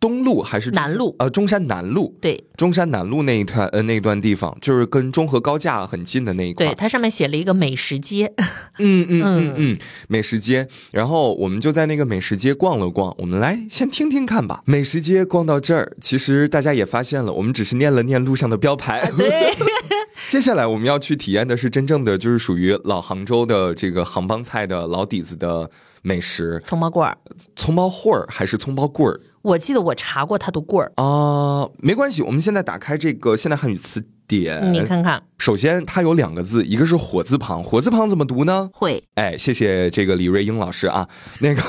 Speaker 4: 东路还是中
Speaker 3: 南路
Speaker 4: 呃，中山南路。
Speaker 3: 对
Speaker 4: 中山南路那一段呃那一段地方，就是跟中和高架很近的那一块。
Speaker 3: 对，它上面写了一个美 食街，
Speaker 4: 嗯嗯嗯嗯，美食街。然后我们就在那个美食街逛了逛，我们来先听听看吧。美食街逛到这儿，其实大家也发现了，我们只是念了念路上的标牌。
Speaker 3: 啊对，
Speaker 4: 接下来我们要去体验的是真正的就是属于老杭州的这个杭帮菜的老底子的美食，
Speaker 3: 葱包棍儿，
Speaker 4: 葱包烩儿还是葱包棍儿
Speaker 3: 我记得我查过它的棍儿，
Speaker 4: 啊？没关系，我们现在打开这个现代汉语词典，
Speaker 3: 你看看，
Speaker 4: 首先它有两个字，一个是火字旁，火字旁怎么读呢？
Speaker 3: 会
Speaker 4: 哎，谢谢这个李瑞英老师啊， 那个。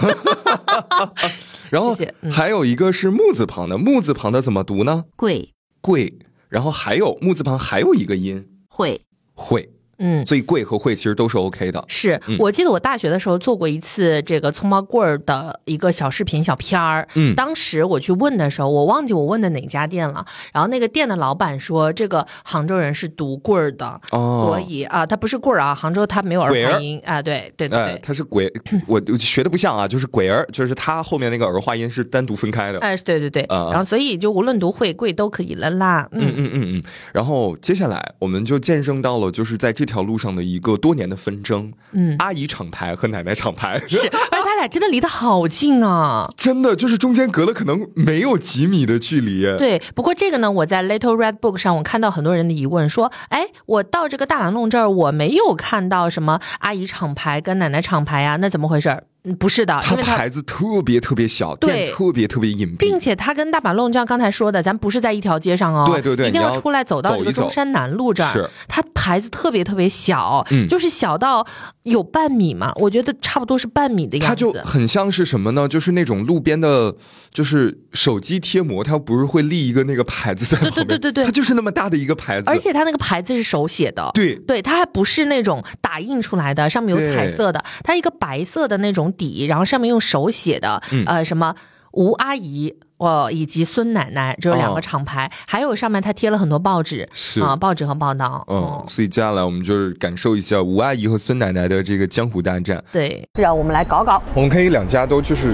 Speaker 4: 然后
Speaker 3: 谢谢嗯
Speaker 4: 还有一个是木字旁的，木字旁的怎么读呢？
Speaker 3: 贵
Speaker 4: 贵。然后还有木字旁还有一个音
Speaker 3: 会，
Speaker 4: 会，
Speaker 3: 嗯，
Speaker 4: 所以贵和会其实都是 OK 的。
Speaker 3: 是
Speaker 4: 嗯
Speaker 3: 我记得我大学的时候做过一次这个葱包棍儿的一个小视频小片儿。
Speaker 4: 嗯
Speaker 3: 当时我去问的时候，我忘记我问的哪家店了。然后那个店的老板说，这个杭州人是读棍儿的，
Speaker 4: 哦
Speaker 3: 所以啊，他不是棍儿啊，杭州他没有儿
Speaker 4: 鬼儿
Speaker 3: 化音啊。对对对
Speaker 4: 哎
Speaker 3: 对，，
Speaker 4: 它是 鬼，我我学的不像啊，就是鬼儿，就是它后面那个儿化音是单独分开的。
Speaker 3: 哎，对对对。
Speaker 4: 啊啊
Speaker 3: 然后所以就无论读会贵都可以了啦。
Speaker 4: 嗯
Speaker 3: 嗯，
Speaker 4: 嗯嗯嗯。然后接下来我们就见证到了，就是在这条路上的一个多年的纷争。
Speaker 3: 嗯
Speaker 4: 阿姨厂牌和奶奶厂 牌
Speaker 3: 是，而且他俩真的离得好近啊。
Speaker 4: 真的就是中间隔了可能没有几米的距离。
Speaker 3: 对，不过这个呢，我在 Little Red Book 上，我看到很多人的疑问，说，哎，我到这个大马路这儿，我没有看到什么阿姨厂牌跟奶奶厂牌呀、那怎么回事儿？嗯不是的，
Speaker 4: 它
Speaker 3: 因为它。
Speaker 4: 牌子特别特别小，
Speaker 3: 对
Speaker 4: 店特别特别隐蔽，
Speaker 3: 并且它跟大马路，就像刚才说的，咱不是在一条街上哦，
Speaker 4: 对对对
Speaker 3: 一定
Speaker 4: 你要
Speaker 3: 出来走到
Speaker 4: 走
Speaker 3: 这个
Speaker 4: 一走
Speaker 3: 中山南路这儿，
Speaker 4: 是
Speaker 3: 它牌子特别特别小，
Speaker 4: 嗯
Speaker 3: 就是小到有半米嘛，我觉得差不多是半米的样子，
Speaker 4: 它就很像是什么呢？就是那种路边的，就是手机贴膜，它不是会立一个那个牌子在旁边？
Speaker 3: 对对对对
Speaker 4: 它就是那么大的一个牌子，
Speaker 3: 而且它那个牌子是手写的，
Speaker 4: 对
Speaker 3: 对，它还不是那种打印出来的，上面有彩色的，它一个白色的那种底，然后上面用手写的，
Speaker 4: 嗯
Speaker 3: 呃，什么吴阿姨。哦，以及孙奶奶，这有两个厂牌，还有上面它贴了很多报纸，
Speaker 4: 哦是
Speaker 3: 啊、报纸和报道，
Speaker 4: 嗯，所以接下来我们就是感受一下吴阿姨和孙奶奶的这个江湖大战。
Speaker 3: 对，
Speaker 1: 让我们来搞搞，
Speaker 7: 我们可以两家都就是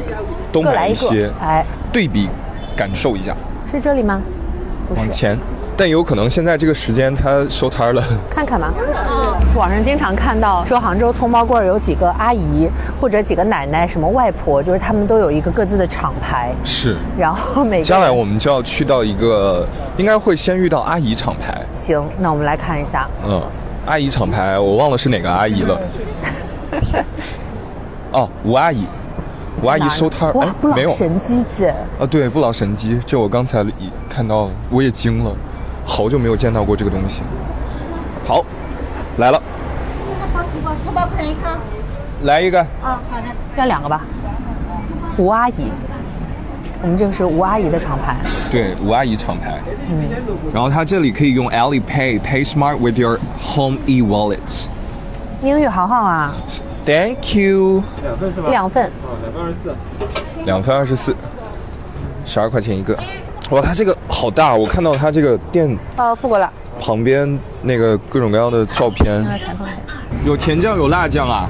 Speaker 7: 都
Speaker 1: 各
Speaker 7: 买
Speaker 1: 来
Speaker 7: 一
Speaker 1: 一
Speaker 7: 些
Speaker 1: 个，，哎，
Speaker 7: 对比感受一下，
Speaker 1: 是这里吗？不
Speaker 7: 往
Speaker 1: 是，
Speaker 7: 前。但有可能现在这个时间它收摊儿了，
Speaker 1: 看看吧。网上经常看到说杭州葱包棍儿有几个阿姨或者几个奶奶、什么外婆，就是她们都有一个各自的厂牌，
Speaker 7: 是。
Speaker 1: 然后每
Speaker 7: 接下
Speaker 1: 个
Speaker 7: 来我们就要去到一个，应该会先遇到阿姨厂牌，
Speaker 1: 行，那我们来看一下，
Speaker 7: 嗯，阿姨厂牌，我忘了是哪个阿姨了。 哦，吴阿姨，吴阿姨收摊儿，
Speaker 1: 哇
Speaker 7: 哎，，
Speaker 1: 不老
Speaker 7: 没有
Speaker 1: 神机姐，
Speaker 7: 啊，对，不老神机，这我刚才一看到，我也惊了，好久没有见到过这个东西。好，来了，
Speaker 5: 好，粗包粗包看一看。
Speaker 7: 来一个，
Speaker 5: 啊，好的。
Speaker 1: 要两个吧。吴阿姨，我们这个是吴阿姨的厂牌，
Speaker 7: 对，吴阿姨厂牌。
Speaker 1: 嗯
Speaker 7: 然后它这里可以用 Alipay Pay Smart with your home e wallet。
Speaker 1: 英语好好啊，
Speaker 7: Thank you。
Speaker 1: 两份。
Speaker 7: 两分二十四，十二块钱一个。哇，它这个好大！我看到它这个店
Speaker 1: 呃，付过了。
Speaker 7: 旁边那个各种各样的照片，有甜酱有辣酱啊，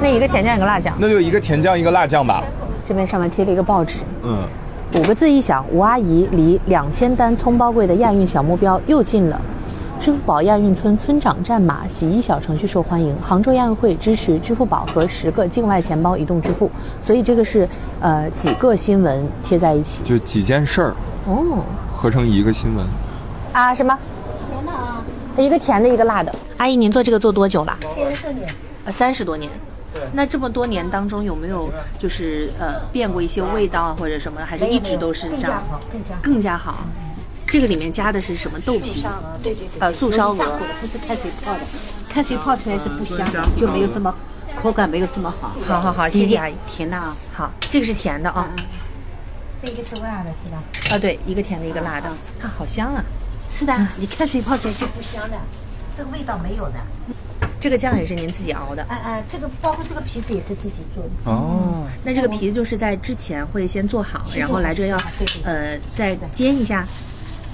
Speaker 1: 那一个甜酱，一个辣酱。
Speaker 7: 那就一个甜酱一个辣酱吧。
Speaker 1: 这边上面贴了一个报纸，
Speaker 7: 嗯，
Speaker 1: 五个字一响，吴阿姨离两千单葱包柜的亚运小目标又近了。支付宝亚运村村长战马，洗衣小程序受欢迎。杭州亚运会支持支付宝和十个境外钱包移动支付，所以这个是呃几个新闻贴在一起。
Speaker 7: 就几件事儿
Speaker 1: 哦
Speaker 7: 合成一个新闻。
Speaker 1: 啊什么？一个甜的，一个辣的。
Speaker 3: 阿姨您做这个做多久了？呃三十多年，三十多年。那这么多年当中有没有就是呃变过一些味道啊或者什么的，还是一直都是这样？
Speaker 5: 哎更加好。
Speaker 3: 更加好。这个里面加的是什么豆皮？
Speaker 5: 鹅，对对对，
Speaker 3: 呃素烧鹅
Speaker 5: 炸过的，不是开水泡的，开水泡出来是不香的，就没有这么口感没有这么好。
Speaker 3: 好好好谢谢阿姨。
Speaker 5: 甜的啊，
Speaker 3: 好，这个是甜的啊、
Speaker 5: 这个是辣的，是吧？
Speaker 3: 啊对，一个甜的，一个辣的，啊好香啊！是的，
Speaker 5: 你开水泡出来就不香了，这个味道没有的。
Speaker 3: 这个酱也是您自己熬的。
Speaker 5: 哎哎，这个包括这个皮子也是自己做的。
Speaker 7: 哦，
Speaker 3: 那这个皮就是在之前会先做好，
Speaker 5: 先
Speaker 3: 然
Speaker 5: 做
Speaker 3: 后
Speaker 5: 好
Speaker 3: 来这要
Speaker 5: 啊对对
Speaker 3: 呃再煎一下。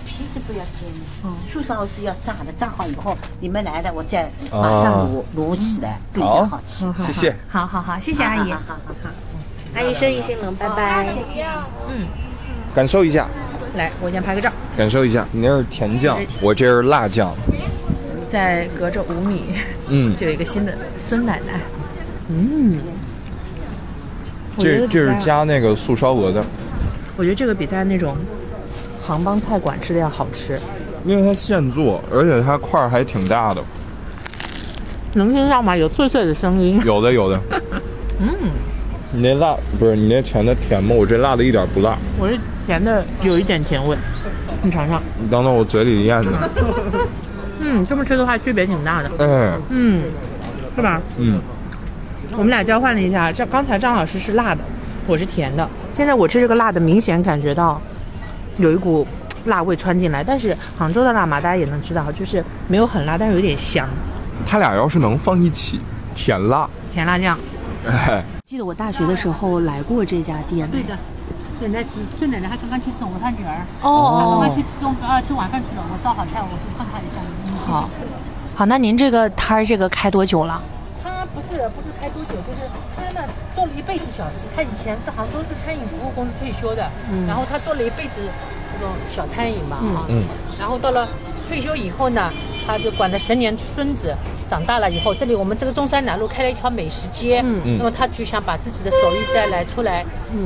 Speaker 5: 皮子不要煎的，素烧是要炸的，炸好以后你们来了，我再
Speaker 7: 哦
Speaker 5: 马上卤卤起来，更加好吃。
Speaker 7: 谢谢。
Speaker 3: 好好好，谢谢阿姨。
Speaker 8: 阿姨生意兴隆，拜拜。
Speaker 7: 感受一下，
Speaker 3: 来，我先拍个照，
Speaker 7: 感受一下，你那是甜酱，我这是辣酱。
Speaker 3: 再隔着五米
Speaker 7: 嗯，
Speaker 3: 就有一个新的孙奶奶。
Speaker 7: 这这是加那个素烧鹅的。
Speaker 3: 我觉得这个比在那种
Speaker 1: 杭帮菜馆吃的要好吃。
Speaker 4: 因为它现做，而且它块儿还挺大 的。
Speaker 3: 能听到吗？有脆脆的声音。
Speaker 4: 有的有的。嗯，你那辣不是你那甜的甜吗？我这辣的一点不辣。
Speaker 3: 我是甜的，有一点甜味。你尝尝，
Speaker 4: 你当到我嘴里咽呢。
Speaker 3: 嗯，这么吃的话区别挺大的，
Speaker 4: 哎，
Speaker 3: 嗯，是吧？
Speaker 4: 嗯，
Speaker 3: 我们俩交换了一下，这刚才张老师是辣的，我是甜的。现在我吃这个辣的，明显感觉到有一股辣味窜进来，但是杭州的辣嘛，大家也能知道，就是没有很辣，但是有点香，
Speaker 4: 它俩要是能放一起，甜辣，
Speaker 3: 甜辣酱。
Speaker 4: 哎，
Speaker 1: 记得我大学的时候来过这家店，对的，
Speaker 2: 孙奶奶，孙奶奶还刚刚去整过她女儿，刚
Speaker 1: 哦
Speaker 2: 刚去吃中啊吃晚饭去了，我烧好菜，我去看她一下。
Speaker 1: 好，好，那您这个摊儿这个开多久了？
Speaker 2: 她不是不是开多久，就是她呢做了一辈子小吃，她以前是杭州市餐饮服务公司退休的，然后她做了一辈子这种小餐饮嘛啊，
Speaker 4: 嗯
Speaker 2: 然后到了退休以后呢，她就管了十年孙子。长大了以后，这里我们这个中山南路开了一条美食街，那么她就想把自己的手艺再来出来，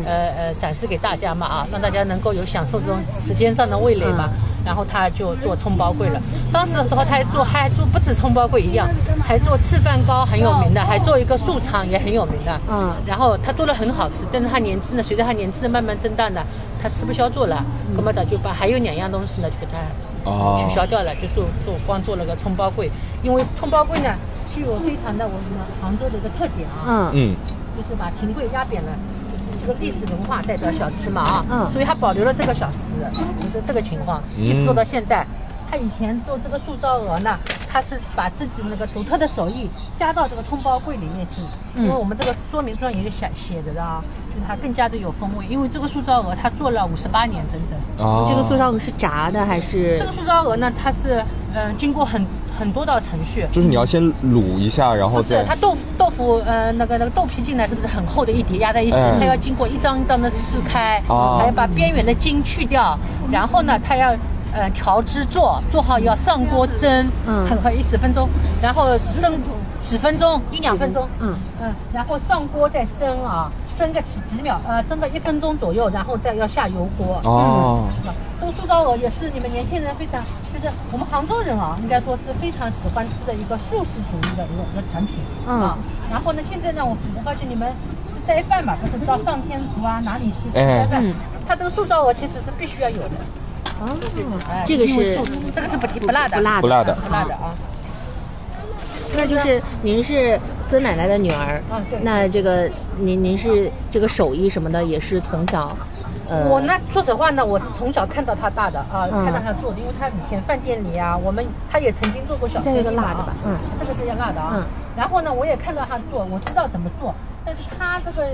Speaker 2: 呃呃展示给大家嘛啊，让大家能够有享受这种时间上的味蕾嘛。然后她就做葱包柜了，当时的话她还做，还做不止葱包柜一样，还做赤饭糕很有名的，还做一个素肠也很有名的。嗯，然后她做的很好吃，但是她年纪呢，随着她年纪的慢慢增大呢，她吃不消做了，那么她就把还有两样东西呢，就给她
Speaker 4: 哦
Speaker 2: 取消掉了，就做做光做了个葱包柜，因为葱包柜呢具有非常的我们杭州的一个特点啊，
Speaker 1: 嗯，
Speaker 4: 嗯，
Speaker 2: 就是把秦桧压扁了。就是这个历史文化代表小吃嘛啊，
Speaker 1: 嗯
Speaker 2: 所以它保留了这个小吃，就是这个情况，一直做到现在。他以前做这个素烧鹅呢，他是把自己那个独特的手艺加到这个葱包柜里面去，因为我们这个说明书上也有写写着的啊，就是它更加的有风味。因为这个素烧鹅它做了五十八年整整，
Speaker 4: 啊，
Speaker 1: 这个素烧鹅是炸的还是
Speaker 2: 这个素烧鹅呢，它是嗯、呃经过很很多道程序，
Speaker 4: 就是你要先卤一下，然后
Speaker 2: 不是
Speaker 4: 再
Speaker 2: 它豆腐豆腐呃那个那个豆皮进来是不是很厚的一叠压在一起？
Speaker 4: 嗯
Speaker 2: 它要经过一张一张的撕开，
Speaker 4: 哦
Speaker 2: 还要把边缘的筋去掉，然后呢它要呃调汁做，做好要上锅蒸，
Speaker 1: 嗯
Speaker 2: 很快一几分钟，然后蒸几分钟一两分钟，嗯嗯，然后上锅再蒸啊，蒸个几几秒呃蒸个一分钟左右，然后再要下油锅。
Speaker 4: 哦，
Speaker 2: 嗯
Speaker 1: 嗯
Speaker 2: 这个素烧鹅也是你们年轻人非常，就是我们杭州人啊，应该说是非常喜欢吃的一个素食主义的一个一个产品。
Speaker 1: 嗯
Speaker 2: 啊，然后呢，现在呢，我我发觉你们吃斋饭嘛，不是到上天厨啊哪里去吃
Speaker 1: 哎
Speaker 2: 斋饭？
Speaker 1: 嗯
Speaker 2: 它这个素烧鹅其实是必须要有的。哦，
Speaker 1: 这个是
Speaker 2: 因为素食，这个是不提不辣的，
Speaker 1: 不辣的？
Speaker 4: 不辣的
Speaker 2: 不辣的啊。
Speaker 1: 那就是您是孙奶奶的女儿，
Speaker 2: 啊对
Speaker 1: 那这个您您是这个手艺什么的也是从小，呃，
Speaker 2: 我呢，说实话呢，我是从小看到他大的啊，
Speaker 1: 嗯
Speaker 2: 看到他做的，因为他以前饭店里啊，我们他也曾经做过小
Speaker 1: 再
Speaker 2: 生
Speaker 1: 有一
Speaker 2: 意
Speaker 1: 个
Speaker 2: 嘛
Speaker 1: 辣的吧
Speaker 2: 啊
Speaker 1: 嗯
Speaker 2: 这个是要辣的啊。
Speaker 1: 嗯
Speaker 2: 然后呢，我也看到他做，我知道怎么做，但是他这个，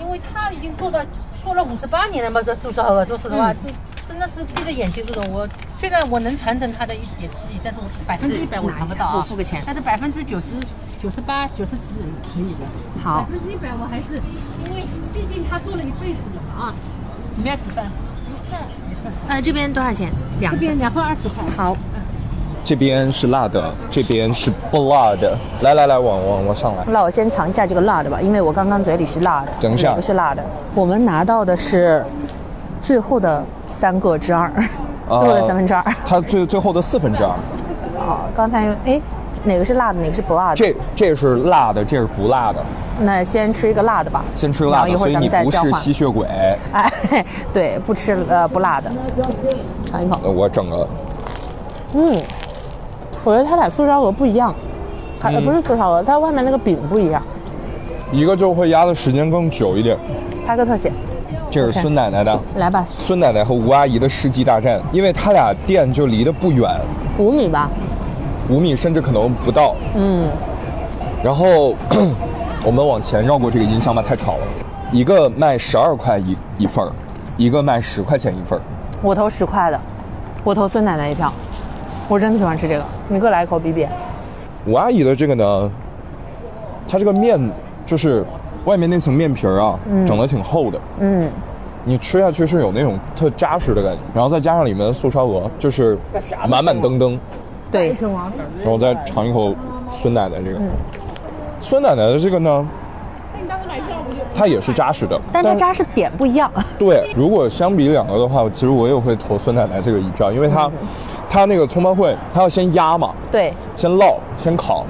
Speaker 2: 因为他已经做到做了五十八年了嘛，这素烧鹅，说实话，
Speaker 1: 嗯
Speaker 2: 这真的是闭着眼睛这种。我虽然我能传承他的一点技艺，但是我百分之一百我传不到啊，
Speaker 1: 我付个钱
Speaker 2: 但是百分之九十。九十八、九十几可以的，百
Speaker 1: 好，
Speaker 2: 分之一百我还是，因为毕竟他做了一辈子了嘛啊。你们要几份？一份，一份。
Speaker 1: 呃，这边多少钱？两
Speaker 2: 这边两份二十块。
Speaker 1: 好，
Speaker 4: 这边是辣的，这边是不辣的。来来来，往往往上来。
Speaker 1: 那我先尝一下这个辣的吧，因为我刚刚嘴里是辣的，
Speaker 4: 等一下
Speaker 1: 这个是辣的。我们拿到的是最后的三个之二，最
Speaker 4: 啊
Speaker 1: 后的三分之二。
Speaker 4: 它最最后的四分之二，
Speaker 1: 好，刚才哎，哪个是辣的，哪个是不辣的？
Speaker 4: 这这是辣的，这是不辣的。
Speaker 1: 那先吃一个辣的吧，
Speaker 4: 先吃
Speaker 1: 然
Speaker 4: 辣
Speaker 1: 后一
Speaker 4: 的，
Speaker 1: 会
Speaker 4: 所
Speaker 1: 儿
Speaker 4: 以
Speaker 1: 咱
Speaker 4: 你
Speaker 1: 们再
Speaker 4: 不
Speaker 1: 交
Speaker 4: 是
Speaker 1: 换。
Speaker 4: 吸血鬼。
Speaker 1: 哎，对，不吃呃不辣的，尝一口。
Speaker 4: 呃我整个
Speaker 1: 嗯，我觉得它俩素烧鹅不一样，它、呃不是素烧鹅，它外面那个饼不一样，
Speaker 4: 一个就会压的时间更久一点。
Speaker 1: 拍个特写，
Speaker 4: 这是
Speaker 1: OK
Speaker 4: 孙奶奶的，
Speaker 1: 来吧，
Speaker 4: 孙奶奶和吴阿姨的世纪大战，因为他俩店就离得不远，
Speaker 1: 五米吧，
Speaker 4: 五米甚至可能不到。嗯。然后 我们往前绕过这个音箱吧，太吵了。一个卖十二块一一份儿，一个卖十块钱一份儿。
Speaker 1: 我投十块的，我投孙奶奶一票，我真的喜欢吃这个，你各来一口比比，
Speaker 4: 吴阿姨的这个呢，它这个面就是外面那层面皮儿啊，整的挺厚的。
Speaker 1: 嗯，
Speaker 4: 你吃下去是有那种特扎实的感觉，然后再加上里面的素烧鹅，就是满满登登。
Speaker 1: 对，嗯
Speaker 4: 然后我再尝一口孙奶奶这个，孙奶奶的这个呢，它也是扎实的，
Speaker 1: 但它扎实点不一样，嗯
Speaker 4: 对，如果相比两个的话，其实我也会投孙奶奶这个一票，因为它，它
Speaker 7: 它那个葱花烩，它要先压嘛，
Speaker 1: 对，
Speaker 7: 先烙，先烤，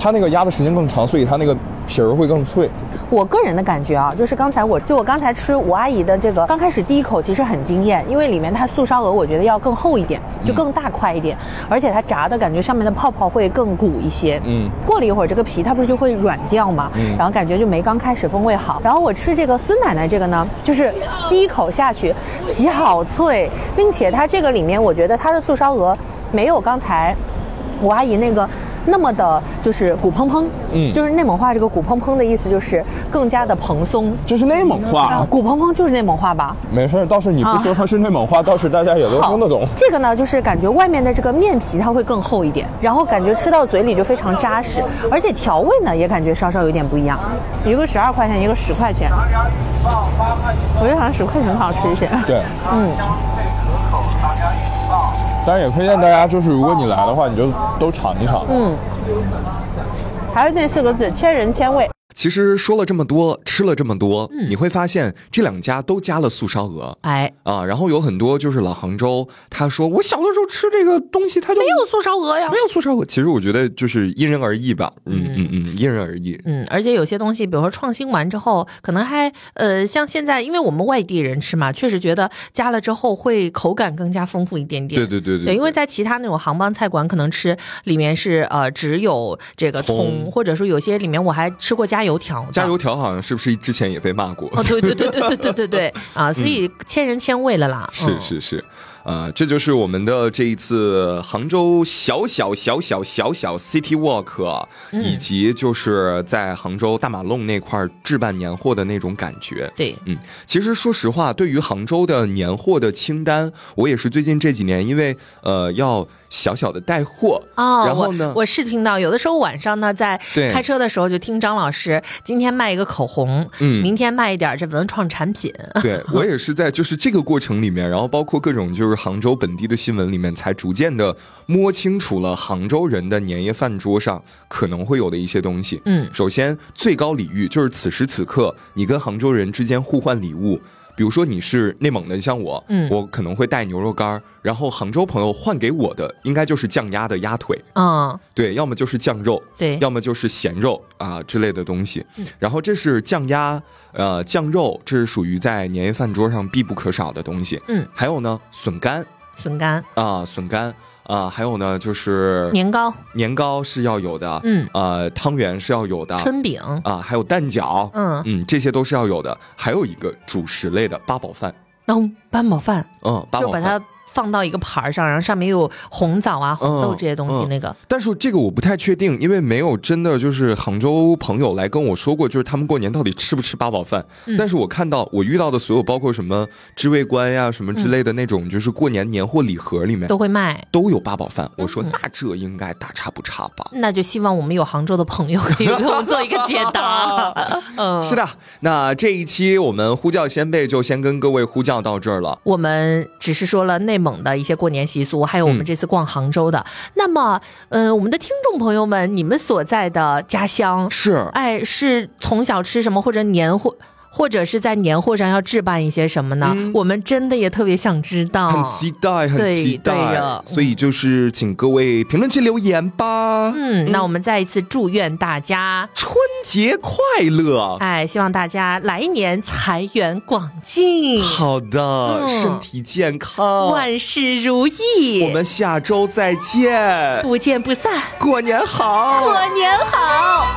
Speaker 7: 它那个压的时间更长，所以它那个皮儿会更脆。
Speaker 1: 我个人的感觉啊，就是刚才我就我刚才吃我阿姨的这个，刚开始第一口其实很惊艳，因为里面它素烧鹅我觉得要更厚一点，就
Speaker 7: 嗯
Speaker 1: 更大块一点，而且它炸的感觉上面的泡泡会更鼓一些。
Speaker 7: 嗯
Speaker 1: 过了一会儿这个皮它不是就会软掉嘛，
Speaker 7: 嗯
Speaker 1: 然后感觉就没刚开始风味好。然后我吃这个孙奶奶这个呢，就是第一口下去皮好脆，并且它这个里面我觉得它的素烧鹅没有刚才我阿姨那个。那么的，就是鼓砰砰，
Speaker 7: 嗯
Speaker 1: 就是内蒙话这个鼓砰砰的意思，就是更加的蓬松，
Speaker 7: 这是内蒙
Speaker 3: 嗯
Speaker 4: 啊
Speaker 7: 话，啊
Speaker 1: 鼓砰砰就是内蒙话吧？
Speaker 7: 没事儿，倒是你
Speaker 3: 啊
Speaker 7: 不说它是内蒙话，倒是大家也都听得懂。
Speaker 1: 这个呢，就是感觉外面的这个面皮它会更厚一点，然后感觉吃到嘴里就非常扎实，而且调味呢也感觉稍稍有点不一样，一个十二块钱，一个十块钱。我觉得好像十块钱更好吃一些。
Speaker 7: 对，
Speaker 1: 嗯，
Speaker 7: 当然也推荐大家，就是如果你来的话，你就都尝一尝。嗯，
Speaker 1: 还有那四个字，千人千味。
Speaker 4: 其实说了这么多，吃了这么多，
Speaker 2: 嗯
Speaker 4: 你会发现这两家都加了素烧鹅
Speaker 3: 哎，
Speaker 4: 啊，然后有很多就是老杭州，他说我小的时候吃这个东西，他就没
Speaker 3: 没有素烧鹅呀
Speaker 4: 没。有素烧鹅。其实我觉得就是因人而异吧，嗯嗯嗯，因人而异。
Speaker 3: 嗯，而且有些东西，比如说创新完之后，可能还呃，像现在，因为我们外地人吃嘛，确实觉得加了之后会口感更加丰富一点点。
Speaker 4: 对对对
Speaker 3: 对，因为在其他那种杭帮菜馆，可能吃里面是呃只有这个葱，
Speaker 4: 葱
Speaker 3: 或者说有些里面我还吃过加油条的。
Speaker 4: 加油条好像是不是之前也被骂过？
Speaker 3: 哦，对对对对对对 对对啊，所以千人千味了啦。
Speaker 4: 嗯是
Speaker 3: 嗯
Speaker 4: 是是，啊，这就是我们的这一次杭州小小小小小小 City Walk，、以
Speaker 3: 嗯
Speaker 4: 及就是在杭州大马路那块儿置办年货的那种感觉。
Speaker 3: 对，
Speaker 4: 嗯，其实说实话，对于杭州的年货的清单，我也是最近这几年，因为呃要小小的带货
Speaker 3: 哦，
Speaker 4: 然后呢
Speaker 3: 我，我是听到有的时候晚上呢，在
Speaker 4: 对
Speaker 3: 开车的时候就听张老师今天卖一个口红，
Speaker 4: 嗯
Speaker 3: 明天卖一点这文创产品，
Speaker 4: 对我也是在就是这个过程里面，然后包括各种就是杭州本地的新闻里面，才逐渐的摸清楚了杭州人的年夜饭桌上可能会有的一些东西。
Speaker 3: 嗯
Speaker 4: 首先最高礼遇就是此时此刻你跟杭州人之间互换礼物。比如说你是内蒙的，像我，
Speaker 3: 嗯
Speaker 4: 我可能会带牛肉干儿，然后杭州朋友换给我的应该就是酱鸭的鸭腿，
Speaker 3: 嗯，
Speaker 4: 对，要么就是酱肉，
Speaker 3: 对
Speaker 4: 要么就是咸肉啊之类的东西。然后这是酱鸭，呃，酱肉，这是属于在年夜饭桌上必不可少的东西。
Speaker 3: 嗯，
Speaker 4: 还有呢，笋干
Speaker 3: 笋干、
Speaker 4: 啊，笋干啊，还有呢就是
Speaker 3: 年糕、
Speaker 4: 年糕是要有的，
Speaker 3: 嗯，
Speaker 4: 呃，汤圆是要有的，
Speaker 3: 春饼，
Speaker 4: 啊，还有蛋饺，
Speaker 3: 嗯
Speaker 4: 嗯，这些都是要有的。还有一个主食类的八宝饭，
Speaker 3: 嗯，八宝饭，
Speaker 4: 嗯，八
Speaker 3: 就
Speaker 4: 宝
Speaker 3: 把
Speaker 4: 饭。
Speaker 3: 它放到一个盘儿上，然后上面又有红枣啊、红豆
Speaker 4: 嗯
Speaker 3: 这些东西，
Speaker 4: 嗯
Speaker 3: 那个
Speaker 4: 但是这个我不太确定，因为没有真的就是杭州朋友来跟我说过，就是他们过年到底吃不吃八宝饭。
Speaker 3: 嗯
Speaker 4: 但是我看到我遇到的所有，包括什么知味观呀、什么之类的那种，就是过年年货礼盒里面
Speaker 3: 都会嗯卖。
Speaker 4: 都有八宝饭。我说那这应该大差不差吧。
Speaker 3: 那就希望我们有杭州的朋友可以给我们做一个解 答。嗯，
Speaker 4: 是的，那这一期我们呼叫先辈就先跟各位呼叫到这儿了。
Speaker 3: 我们只是说了内蒙的一些过年习俗，还有我
Speaker 4: 嗯
Speaker 3: 们这次逛杭州的。那么，嗯、我们的听众朋友们，你们所在的家乡，
Speaker 4: 是，
Speaker 3: 哎，是从小吃什么，或者年货，或者是在年货上要置办一些什么呢？我们真的也特别想知道。
Speaker 4: 嗯很期待，很
Speaker 3: 对
Speaker 4: 期
Speaker 3: 对嗯
Speaker 4: 待
Speaker 3: 的。
Speaker 4: 所以就是请各位评论区留言吧。
Speaker 3: 嗯，那我们再一次祝愿大家，
Speaker 4: 春节快乐！
Speaker 3: 哎，希望大家来年财源广进，
Speaker 4: 好的，
Speaker 3: 嗯
Speaker 4: 身体健康，
Speaker 3: 万事如意。
Speaker 4: 哦我们下周再见，
Speaker 3: 不见不散，
Speaker 4: 过年好。
Speaker 3: 过年好。